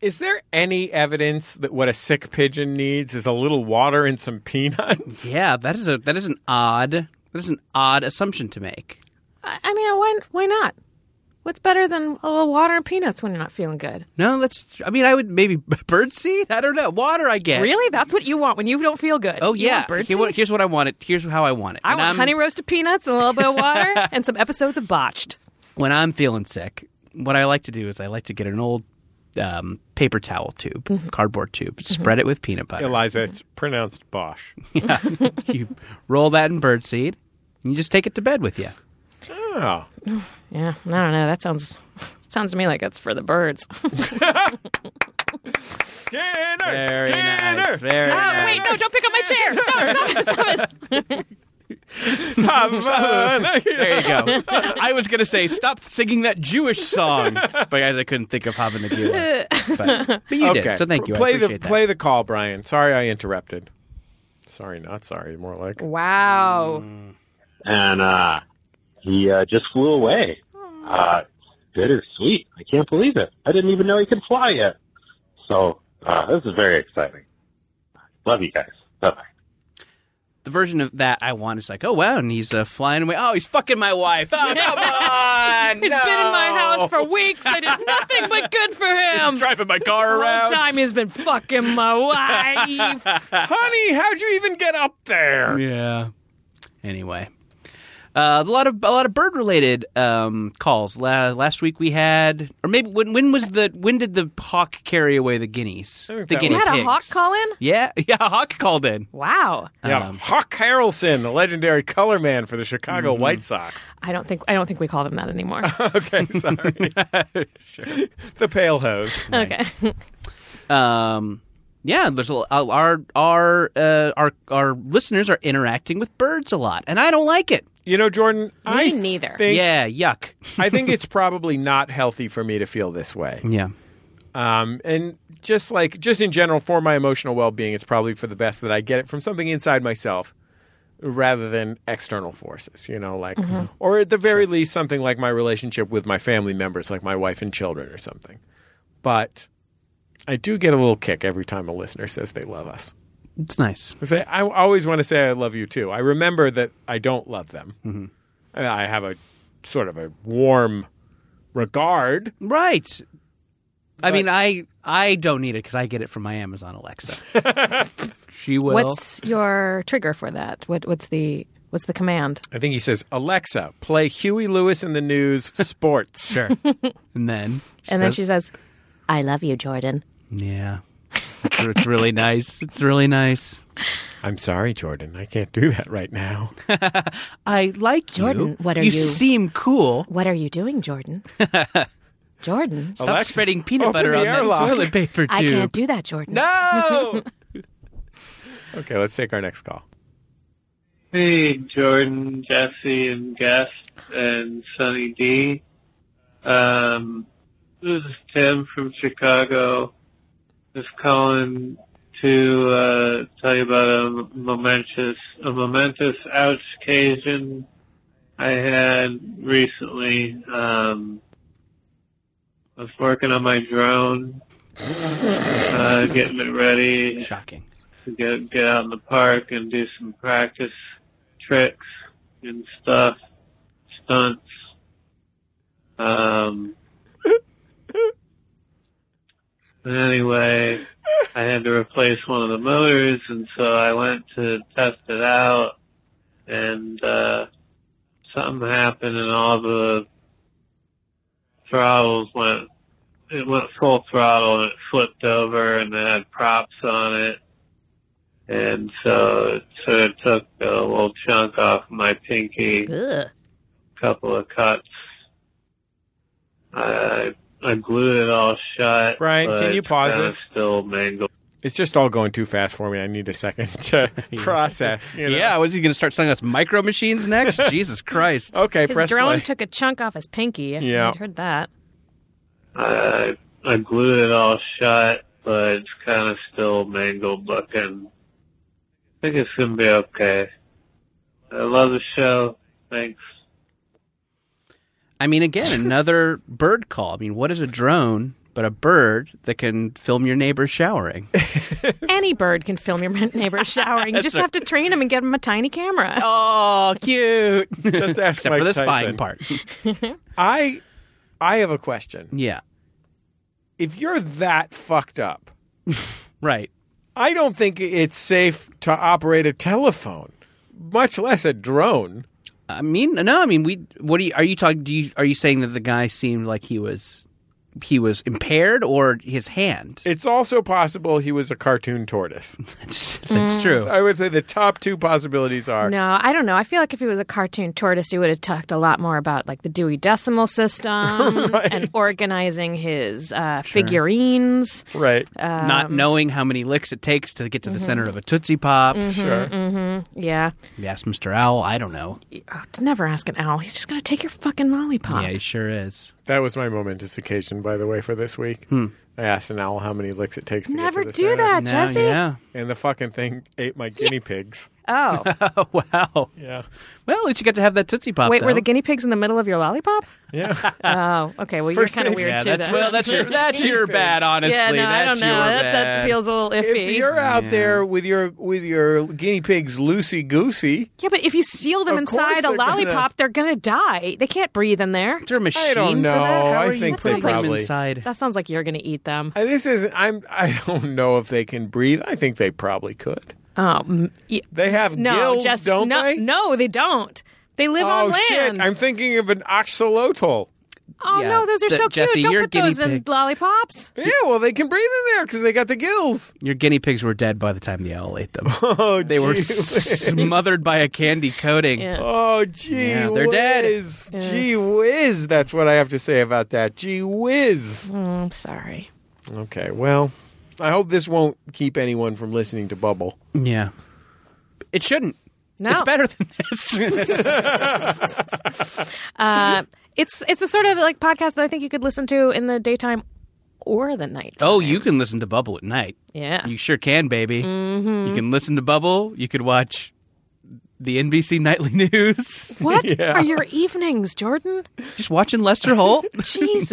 Is there any evidence that what a sick pigeon needs is a little water and some peanuts?
Yeah, that is a that is an odd that is an odd assumption to make.
I I mean, why, why not? What's better than a little water and peanuts when you're not feeling good?
No, that's. I mean, I would maybe bird seed. I don't know. Water, I guess.
Really? That's what you want when you don't feel good?
Oh
You
yeah.
want birdseed?
Here- here's what I want. It. Here's how I want it.
I
When
want
I'm-
honey roasted peanuts and a little bit of water and some episodes of Botched.
when I'm feeling sick, what I like to do is I like to get an old um, paper towel tube,
Mm-hmm.
cardboard tube, spread it with peanut butter.
Eliza, it's pronounced Bosch.
you roll that in birdseed, and you just take it to bed with you.
Oh.
Yeah, I don't know. That sounds sounds to me like it's for the birds. oh,
Skinner!
Very
Skinner!
nice. Very nice.
Ah, wait, no, don't pick up my chair. No, stop it, stop it.
There you go. I was going to say stop singing that Jewish song, but guys, I couldn't think of Habanagila. But, but you
okay.
did, so thank you.
Play
I appreciate
the
that.
play the call, Brian. Sorry I interrupted. Sorry, not sorry, more like.
Wow.
and uh, he uh, just flew away. Uh, bittersweet. I can't believe it. I didn't even know he could fly yet. So uh, this is very exciting. Love you guys. Bye bye.
the version of that I want is like, oh wow, and he's uh, flying away. Oh, he's fucking my wife. Oh, come on.
He's been in my house for weeks. I did nothing but good for him.
driving my car
The whole
around.
time he's been fucking my wife.
Honey, how'd you even get up there?
Yeah. Anyway, uh, a lot of a lot of bird related um, calls. La- last week we had, or maybe when when was the when did the hawk carry away the guinneas?
think
The
that
guinea
you had a
pigs.
hawk call in?
Yeah, yeah, a hawk called in.
Wow.
Yeah,
Um,
Hawk Harrelson, the legendary color man for the Chicago
Mm-hmm.
White Sox.
I don't think I don't think we call them that anymore.
Okay, sorry. the pale hose.
okay.
Um, yeah, there's a, uh, our our uh, our our listeners are interacting with birds a lot, and I don't like it.
You know, Jordan, I
neither.
think-
yeah, yuck.
I think it's probably not healthy for me to feel this way.
yeah.
Um, and just like, just in general, for my emotional well being, it's probably for the best that I get it from something inside myself rather than external forces, you know, like, or at the very least, something like my relationship with my family members, like my wife and children or something. But I do get a little kick every time a listener says they love us.
It's nice.
I say I always want to say I love you too. I remember that I don't love them. I mean, I have a sort of a warm regard.
Right. I mean, I I don't need it because I get it from my Amazon Alexa. she will.
What's your trigger for that? What what's the what's the command?
I think he says, "Alexa, play Huey Lewis in the News Sports."
Sure. and then.
And then she says, "I love you, Jordan."
Yeah. It's, it's really nice. It's really nice.
I'm sorry, Jordan. I can't do that right now.
I like you.
Jordan, what are
you?
you-
seem cool.
What are you doing, Jordan? Jordan,
Stop
Alexa,
spreading peanut
open
butter
the
on that
airlock.
toilet paper tube.
I can't do that, Jordan.
no.
Okay, let's take our next call.
Hey, Jordan, Jesse, and Guest, and Sunny D. Um, this is Tim from Chicago. Just calling to uh, tell you about a momentous, a momentous ouch occasion I had recently. Um, I was working on my drone, uh, getting it ready,
Shocking.
to get get out in the park and do some practice tricks and stuff, stunts. Um. but anyway, I had to replace one of the motors, and so I went to test it out, and uh, something happened, and all the throttles went. It went full throttle and it flipped over and it had props on it and so it sort of took a little chunk off my pinky,
Ugh.
couple of cuts. I I glued it all shut.
Brian, can
but
you pause
kinda
this?
Still mangled.
It's just all going too fast for me. I need a second to process. you know?
Yeah, was he going to start selling us micro machines next? Jesus Christ.
Okay,
His
press
drone
play.
took a chunk off his pinky.
Yeah.
I'd heard that.
I Uh, I glued it all shut, but it's kind of still mangled looking. I think it's gonna be okay. I love the show. Thanks.
I mean, again, another bird call. I mean, what is a drone but a bird that can film your neighbor showering?
Any bird can film your neighbor showering. You just have to train him and get him a tiny camera.
oh, cute.
Just ask
Except
Mike
for the
Tyson.
spying part.
I, I have a question.
Yeah,
If you're that fucked up,
right.
I don't think it's safe to operate a telephone, much less a drone.
I mean, no, I mean, we. What do you? Are you talking? Do you? Are you saying that the guy seemed like he was, he was impaired, or his hand?
It's also possible he was a cartoon tortoise.
That's
Mm,
true.
um,
I would say the top two possibilities are
No, I don't know. I feel like if he was a cartoon tortoise, he would have talked a lot more about like the Dewey Decimal System and organizing his uh, figurines.
right.
Not knowing how many licks it takes to get to the
mm-hmm.
center of a tootsie pop.
sure.
Yeah,
You ask Mr. Owl. I don't know.
oh, never ask an owl. He's just gonna take your fucking lollipop.
Yeah, he sure is.
That was my momentous occasion, by the way, for this week. I asked an owl how many licks it takes to
never
get to the
do
center,
that,
No,
Jesse.
yeah.
And the fucking thing ate my guinea pigs.
Oh,
Oh wow.
Yeah.
Well, at least you got to have that tootsie pop.
wait, were
though.
the guinea pigs in the middle of your lollipop?
Yeah.
Oh, okay. Well, you're
For
kind of
safety.
weird
yeah,
too.
that's
then.
well, that's your that's your bad. Honestly,
yeah, no, I
that's
don't know.
your
That, that
bad.
feels a little
If
iffy.
you're out
Yeah.
there with your with your guinea pigs loosey goosey,
Yeah, but if you seal them
Of course
inside a
they're gonna-
lollipop, they're gonna die. They can't breathe in there.
Is there a machine
don't
For that?
know.
How
I
are you
think
they
putting them
probably-
inside.
That sounds like you're gonna eat them.
Uh, this is I'm I don't know if they can breathe. I think they probably could.
Oh, m- y-
They have
no,
gills,
Jess,
don't
no,
they?
No, they don't. They live on
oh
land.
shit! I'm thinking of an axolotl.
oh
Yeah,
no, those are
the-
so
Jesse,
cute. Don't
your
put those
guinea
in
pigs.
lollipops.
Yeah, well, they can breathe in there because they got the gills.
Your guinea pigs were dead by the time the owl ate them.
Oh,
They were
gee.
smothered by a candy coating.
Yeah.
Oh, gee
Yeah, they're dead.
whiz. Gee whiz. That's what I have to say about that. Gee whiz.
Mm, I'm sorry.
Okay, well, I hope this won't keep anyone from listening to Bubble.
Yeah. It shouldn't.
No.
It's better than this.
uh, it's it's the sort of like podcast that I think you could listen to in the daytime or the night.
oh, you can listen to Bubble at night.
Yeah.
You sure can, baby.
Mhm.
You can listen to Bubble. You could watch the NBC Nightly News.
What are your evenings, Jordan?
Just watching Lester Holt.
Jesus.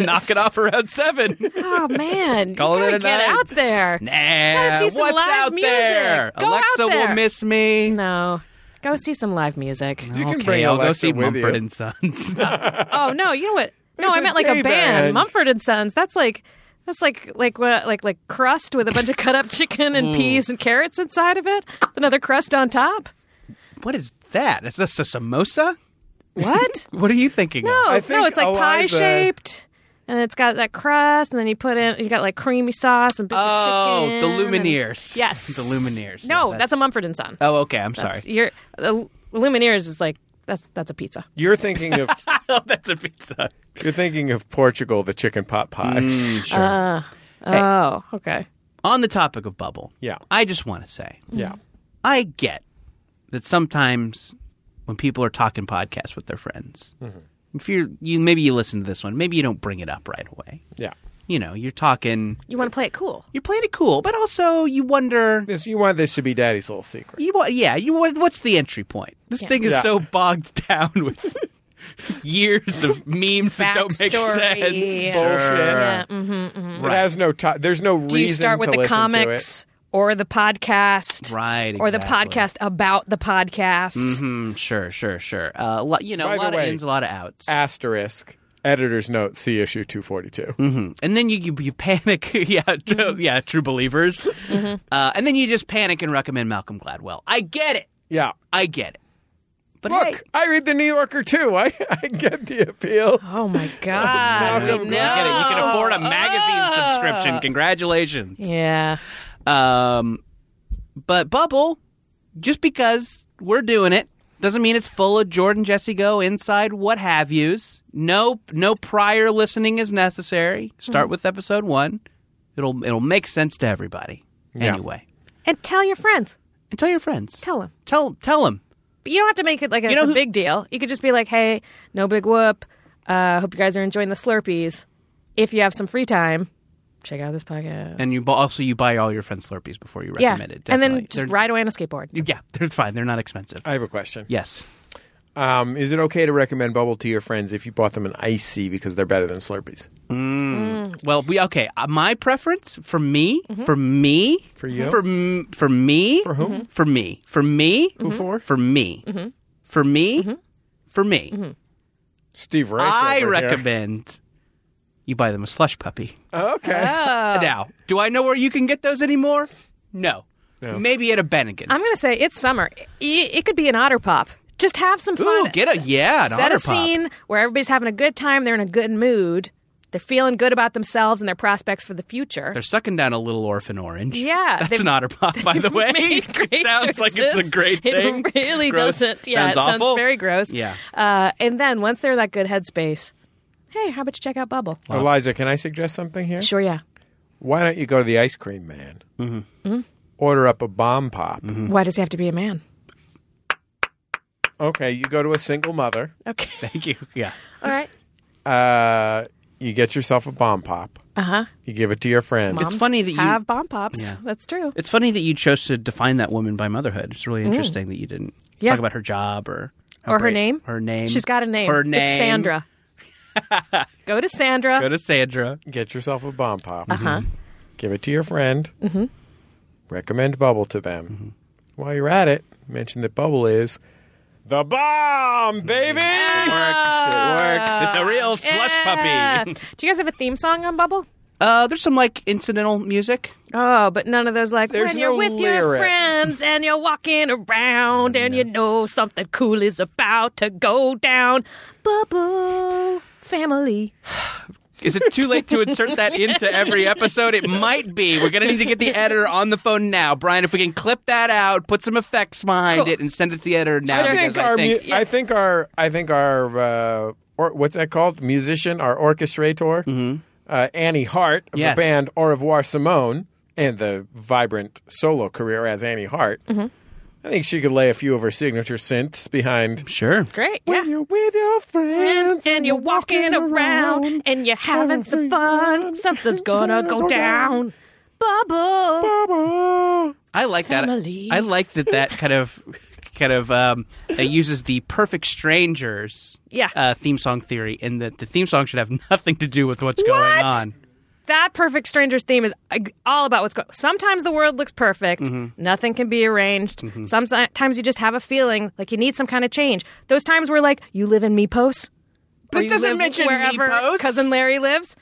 Knock it off around seven.
Oh man,
Call it
you gotta
a
get
night.
out there.
Nah,
Gotta see some
what's
live
out
music.
there?
Go
Alexa
out there.
will miss me.
No, go see some live music.
You can
okay,
bring
I'll go
Alexa
see
with
Mumford
you.
and Sons.
oh no, you know what? No,
It's
I
a
meant like a
day
band,
band.
Mumford and Sons. That's like that's like like what like like crust with a bunch of cut up chicken and peas and carrots inside of it. Another crust on top.
what is that? Is this a samosa?
What?
What are you thinking
No,
of?
I
no,
think
it's like pie
Eliza-
shaped. And it's got that crust, and then you put in, you got like creamy sauce and bits
Oh,
of chicken.
the
and-
Lumineers.
Yes.
The Lumineers.
No,
Yeah,
that's, a Mumford and Son.
Oh, okay. I'm
That's- e-
sorry.
You're, the Lumineers is like, that's that's a pizza.
You're thinking of
oh, that's a pizza.
you're thinking of Portugal, the chicken pot pie.
sure.
Oh, okay.
On the topic of bubble,
Yeah.
I just want to say,
Yeah.
I get that sometimes when people are talking podcasts with their friends,
Mm-hmm.
if you're you maybe you listen to this one, maybe you don't bring it up right away.
Yeah.
You know, you're talking,
You want to play it cool.
you're playing it cool, but also you wonder.
This, you want this to be Daddy's little secret.
You want, yeah, you want, what's the entry point? This thing is
Yeah.
so bogged down with years of memes that don't make
Backstory.
sense.
Bullshit.
Yeah. Mm-hmm, mm-hmm.
It has no ti There's no reason
Do you start with
to
the
listen to it.
comics or the podcast?
Right,
Or the
exactly.
podcast about the podcast?
Hmm, sure, sure, sure. Uh, a lot- you know,
By
a
the
lot
way-
of ins, a lot of outs.
Asterisk. Editor's note. See issue 242.
Mhm. And then you you, you panic, yeah, tr- yeah, true believers. Uh, and then you just panic and recommend Malcolm Gladwell. I get it,
Yeah.
I get it. But
Look,
hey,
I read the New Yorker too. I, I get the appeal.
Oh my God.
Malcolm,
no.
you get it. You can afford a magazine
Oh.
subscription. Congratulations.
Yeah.
Um, but Bubble, just because we're doing it, doesn't mean it's full of Jordan Jesse Go inside what have yous. No, no prior listening is necessary. Start
Hmm.
with episode one. It'll it'll make sense to everybody anyway.
And tell your friends.
And tell your friends.
Tell them.
tell tell them.
But you don't have to make it like a,
You know
it's a
who-
big deal. You could just be like, hey, no big whoop. Uh, hope you guys are enjoying the Slurpees. If you have some free time, check out this podcast.
And you bu- also you buy all your friends Slurpees before you
yeah.
recommend it.
and
definitely.
then just
They're-
ride away on a skateboard.
yeah, they're fine. They're not expensive.
I have a question.
Yes.
Um, is it okay to recommend Bubble to your friends if you bought them an icy because they're better than Slurpees?
Well, we okay. Uh, my preference for me,
Mm-hmm.
for me,
For you?
for m- for me, Mm-hmm.
For whom?
for me, for me,
Mm-hmm.
Who for?
for me, for me, for me.
Mm-hmm.
Steve Reich.
I
over here.
recommend you buy them a slush puppy.
Okay.
Oh.
Now, do I know where you can get those anymore? No. Maybe at a Bennigan's.
I'm going to say it's summer. I- It could be an otter pop. Just have some fun.
Ooh, get a yeah, an
Set
otter
a
pop.
scene where everybody's having a good time. They're in a good mood. They're feeling good about themselves and their prospects for the future.
They're sucking down a little orphan orange.
Yeah,
that's
they've-
an otter pop, by the way.
made great
it sounds like it's a
choices.
great thing.
It really
Gross.
doesn't. Yeah,
sounds
it sounds
awful.
very gross.
Yeah.
Uh, and then once they're in that good headspace, hey, how about you check out Bubble?
Eliza, can I suggest something here?
Sure, yeah.
Why don't you go to the ice cream man? Mm-hmm. Order up a bomb pop.
Hmm.
Why does he have to be a man?
Okay, you go to a single mother.
Okay.
Thank you. Yeah.
All right.
Uh, you get yourself a bomb pop.
Uh huh.
You give it to your friend.
It's funny that you-
have bomb pops.
Yeah.
That's true.
It's funny that you chose to define that woman by motherhood. It's really interesting that you didn't
Mm. Yeah.
talk about her job or
Or her
brave-
name.
Oh, Her name.
She's got a name.
Her
It's
name.
Sandra. Go to Sandra.
Go to Sandra.
Get yourself a bomb pop. Mm-hmm.
Huh?
Give it to your friend. Mm-hmm. Recommend Bubble to them. While you're at it, mention that Bubble is the bomb, baby.
Works. It
Uh,
works. It's a real slush
Yeah.
puppy.
Do you guys have a theme song on Bubble?
Uh, there's some like incidental music.
Oh, but none of those like
There's
when you're
no
with your
lyrics.
friends and you're walking around and you know something cool is about to go down. Bubble family.
Is it too late to insert that into every episode? It might be. We're gonna need to get the editor on the phone now, Brian. If we can clip that out, put some effects behind
Cool.
it, and send it to the editor now.
I think
because I
our, mu-
think
I think our, I think our, uh, or, what's that called? Musician, our orchestrator, uh, Annie Hart of
Yes.
the band Au Revoir Simone, and the vibrant solo career as Annie Hart,
Mhm.
I think she could lay a few of her signature synths behind.
Sure.
Great.
When you're with your friends
And you're walking around and you're having some fun. Something's gonna go down. Bubble.
Bubble.
I like
Family.
that. I like that that kind of kind of um, it uses the perfect strangers
Yeah.
uh, theme song theory, and that the theme song should have nothing to do with what's going on.
That perfect strangers theme is uh, all about what's going. Sometimes the world looks perfect.
Mm-hmm.
Nothing can be arranged. Sometimes you just have a feeling like you need some kind of change. Those times where like you live in Mepos. or
That
you
doesn't
live
mention
wherever
Mepos.
cousin Larry lives.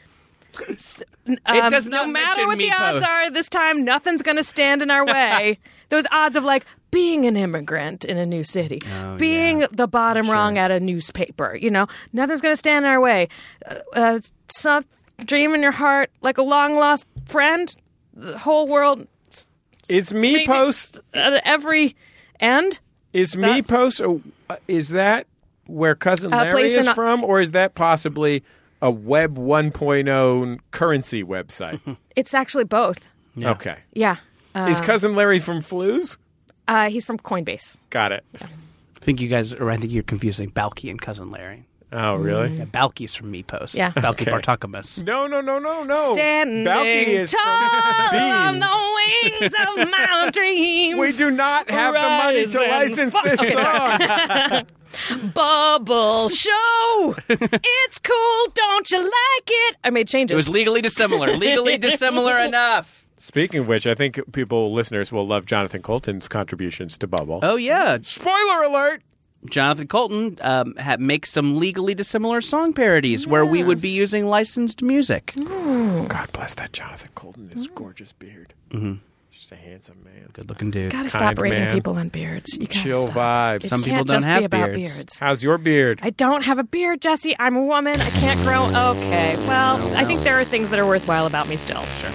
S- um,
does not
no
mention
matter what the
Mepos.
odds are this time, nothing's going to stand in our way. Those odds of like being an immigrant in a new city,
Oh,
being the bottom rung at a newspaper, you know, nothing's going to stand in our way. Uh, uh, some dream in your heart, like a long lost friend, the whole world, s-
Is me post
at every end.
is me post a- is that where cousin
Uh,
Larry
place
is
in-
from, or is that possibly a Web 1.0 currency website?
It's actually both.
Okay,
Yeah.
is cousin Larry from Flues?
Uh, he's from Coinbase.
Got it.
I think you guys, or I think you're confusing Balky and Cousin Larry.
Oh, really?
Yeah, Balky's from Mepos.
Mm. Yeah.
Balky
Okay.
Bartokamus.
No, no, no, no, no.
Standing
Oh, Balky is
tall on
from Beans.
the wings of my dreams.
We do not have the money to
Rise and
license this song.
Bubble show. it's cool. Don't you like it? I made
It
changes.
was legally dissimilar. legally dissimilar enough.
Speaking of which, I think people, listeners, will love Jonathan Colton's contributions to Bubble.
Oh yeah,
Spoiler alert!
Jonathan Colton um, ha- makes some legally dissimilar song parodies where we would be using licensed music.
God bless that Jonathan Colton, his gorgeous beard. Mm-hmm. Just a handsome man.
Good looking dude.
gotta
stop
stop
rating
rating
man. people
people on beards. You gotta
Chill vibes.
Some people
can't
don't
just
have
be about
beards.
beards.
How's your beard?
I don't have a beard, Jesse. I'm a woman. I can't grow. Okay. Well, I think there are things that are worthwhile about me still. Sure.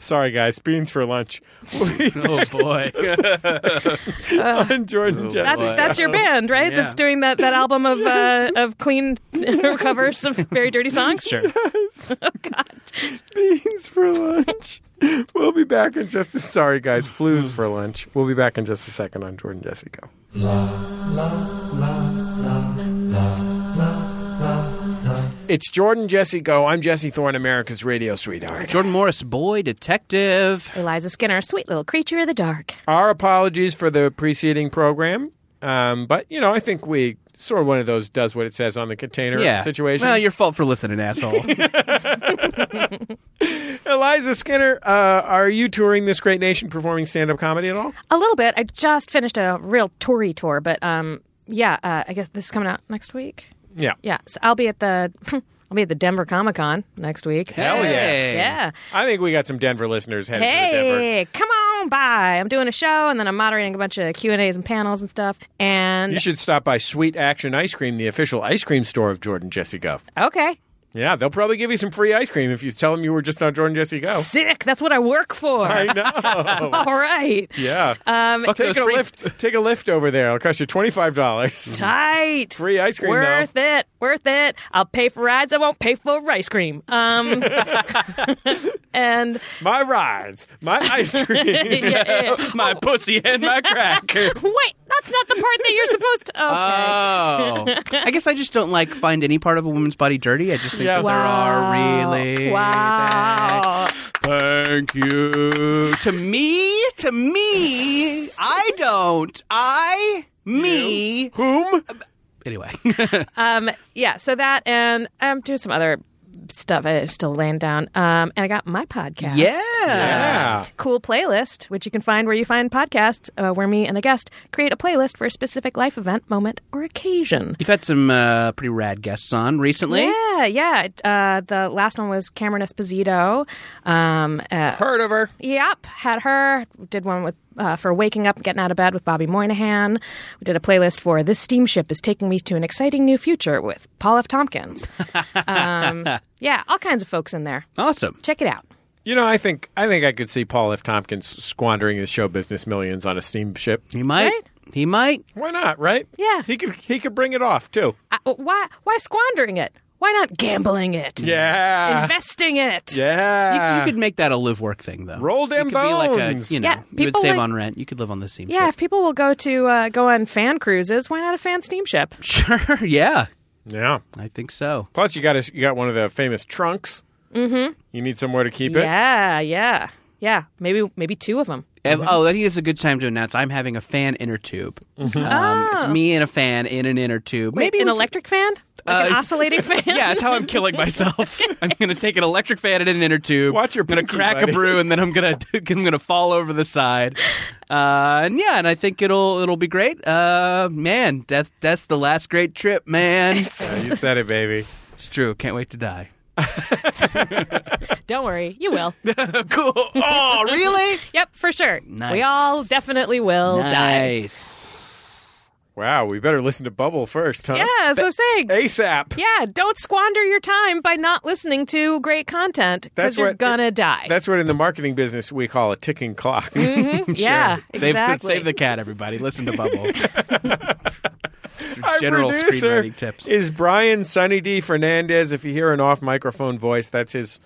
Sorry, guys. Beans for lunch.
Oh boy.
on Jordan Jesse.
That's that's your band, right?
Yeah.
That's doing that, that album of uh, of clean covers of very dirty songs. Sure. oh God.
Beans for lunch. We'll be back in just a sorry, guys.
Mm.
Flues for lunch. We'll be back in just a second on Jordan Jesse Go. It's Jordan Jesse Go. I'm Jesse Thorne, America's radio sweetheart.
Jordan Morris, boy detective.
Eliza Skinner, sweet little creature of the dark.
Our apologies for the preceding program, um, but you know I think we sort of one of those does what it says on the container
Yeah.
situation.
Well, your fault for listening, asshole.
Eliza Skinner, uh, are you touring this great nation, performing stand-up comedy at all?
Uh,
A little bit. I just finished a real toury tour, but um, yeah. Uh, I guess this is coming out next week.
Yeah.
Yeah. So I'll be at the I'll be at the Denver Comic Con next week.
Hell yes.
Hey.
Yeah.
I think we got some Denver listeners headed to Denver.
Hey, come on by. I'm doing a show, and then I'm moderating a bunch of Q and A's and panels and stuff. And
You should stop by Sweet Action Ice Cream, the official ice cream store of Jordan Jesse Go.
okay,
Yeah, they'll probably give you some free ice cream if you tell them you were just on Jordan Jesse Go.
sick. That's what I work for.
Oh. I know.
All right.
Yeah.
Um,
take a lift. Take a lift over there. It'll cost you twenty five dollars.
tight.
Free ice cream,
Worth it. Worth it. I'll pay for rides. I won't pay for ice cream. Um, and
My rides, my ice cream.
yeah, yeah.
my pussy and my crack.
wait, that's not the part that you're supposed to. Okay.
Oh, I guess I just don't like find any part of a woman's body dirty. I just think that there are really
Wow.
Thank you. To me, to me, I don't. I, me.
Whom?
Anyway.
Um, yeah, so that, and I'm doing some other stuff. I'm still laying down. Um, and I got my podcast.
Yeah.
Cool playlist, which you can find where you find podcasts, uh, where me and a guest create a playlist for a specific life event, moment, or occasion.
You've had some uh, pretty rad guests on recently.
Yeah, yeah. Uh, the last one was Cameron Esposito. Um, uh,
Heard of her?
Yep, had her. Did one with uh, for waking up, and getting out of bed with Bobby Moynihan. We did a playlist for "This Steamship Is Taking Me to an Exciting New Future" with Paul F. Tompkins. um, yeah, all kinds of folks in there.
Awesome.
Check it out.
You know, I think I think I could see Paul F. Tompkins squandering his show business millions on a steamship.
He might.
Right?
He might.
Why not? Right?
Yeah.
He could. He could bring it off too.
I, why? Why Uh, squandering it? Why not gambling it?
Yeah.
Investing it.
Yeah.
You, you could make that a live work thing, though.
Ah. Roll them
it could Be
bones.
like a, you know,
Yeah,
you would
people
save
like-
on rent. You could live on the steamship.
Yeah, if people will go to uh, go on fan cruises, why not a fan steamship?
sure. Yeah,
Yeah.
I think so.
Plus, you got a, you got one of the famous trunks.
Mm-hmm.
You need somewhere to keep it.
Yeah, yeah, yeah. Maybe maybe two of them.
And-
Mm-hmm.
Oh, I think it's a good time to announce I'm having a fan inner tube.
Mm-hmm.
Um, It's
Oh.
me and a fan in an inner tube. Maybe
Maybe an
we-
electric fan, like an
Uh,
oscillating fan.
Yeah, that's how I'm killing myself. I'm gonna take an electric fan and an inner tube.
Watch your
I'm gonna
pinky,
crack
buddy.
a brew, and then I'm gonna I'm gonna fall over the side. Uh, and yeah, and I think it'll it'll be great. Uh, man, that's that's the last great trip, man.
Yeah, you said it, baby.
it's true. Can't wait to die.
Don't worry, you will.
cool. Oh, really?
yep, for sure.
Nice.
We all definitely will die.
nice.
Wow, we better listen to Bubble first, huh?
Yeah, that's what I'm saying.
ASAP.
Yeah, don't squander your time by not listening to great content
That's
because you're
what-
gonna die.
That's what in the marketing business we call a ticking clock.
Mhm, Yeah,
Save,
exactly.
save the cat, everybody. Listen to Bubble.
Our
General
producer
screenwriting tips.
is Brian Sunny D Fernandez. If you hear an off microphone voice, that's his.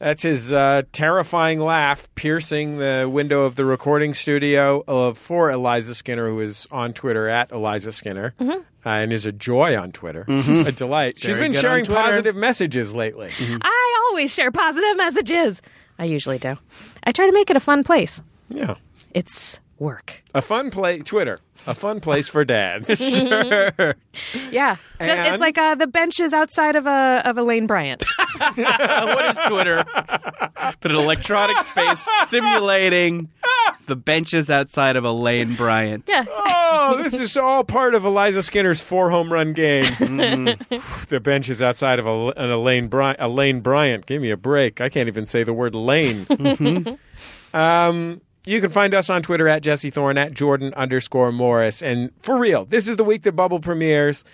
That's his uh, terrifying laugh piercing the window of the recording studio of for Eliza Skinner, who is on Twitter at Eliza Skinner, uh, and is a joy on Twitter, a delight. She's
Mm-hmm. Very
been
good
sharing
on Twitter. Mm-hmm.
positive messages lately.
I always share positive messages. I usually do. I try to make it a fun place.
Yeah,
It's work.
a fun play Twitter, a fun place for dads.
Yeah, Ju-
And-
it's like uh, the benches outside of a of Elaine Bryant.
what is Twitter? But an electronic space simulating the benches outside of Elaine Bryant.
yeah,
Oh, this is all part of Eliza Skinner's four home run game. the bench is outside of a, an Elaine, Bry- Elaine Bryant. Give me a break. I can't even say the word lane. um, you can find us on Twitter at Jesse Thorne, at Jordan underscore Morris. And for real, this is the week that Bubble premieres.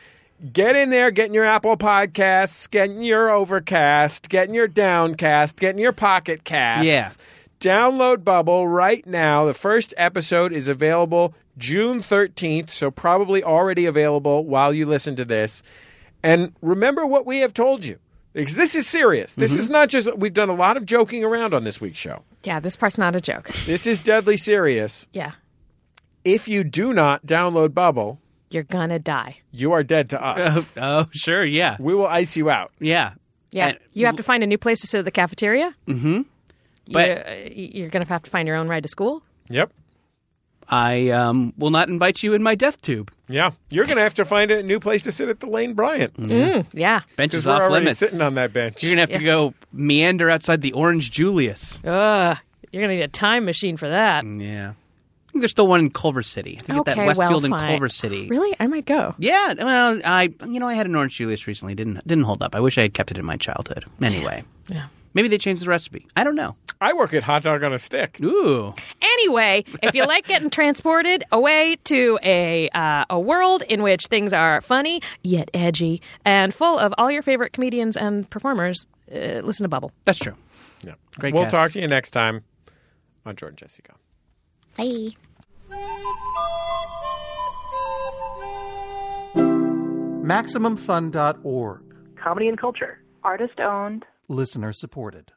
Get in there, get in your Apple Podcasts, get in your Overcast, get in your Downcast, get in your Pocket Casts.
Yeah.
Download Bubble right now. The first episode is available June 13th, so probably already available while you listen to this. And remember what we have told you. Because this is serious. This is not just, we've done a lot of joking around on this week's show.
yeah. This part's not a joke.
This is deadly serious.
Yeah,
If you do not download Bubble,
you're gonna die.
you are dead to us.
Oh, sure, yeah.
we will ice you out.
Yeah.
Yeah,
And-
you have to find a new place to sit at the cafeteria. Mm-hmm.
But-
you, are gonna have to find your own ride to school.
Yep.
I um, will not invite you in my death tube.
Yeah. You're going to have to find a new place to sit at the Lane Bryant.
Mm, yeah.
Because
Bench Mm-hmm. is
we're
off
already
limits.
sitting on that bench.
You're going to have to go meander outside the Orange Julius.
Ugh. You're gonna need a time machine for that.
Yeah. I think there's still one in Culver City. I think at
Okay,
that Westfield
well,
in
fine.
Culver City.
Really, I might go.
Yeah, well, I you know I had an orange Julius recently. Didn't didn't hold up. I wish I had kept it in my childhood. Anyway,
Yeah.
maybe they changed the recipe. I don't know.
I work at Hot Dog on a Stick.
Ooh,
Anyway, if you like getting transported away to a uh, a world in which things are funny yet edgy and full of all your favorite comedians and performers, uh, listen to Bubble.
that's true.
Yeah.
Great
We'll
cast.
talk to you next time on Jordan Jessica.
Bye.
MaximumFun.org.
Comedy and culture.
Artist owned.
Listener supported.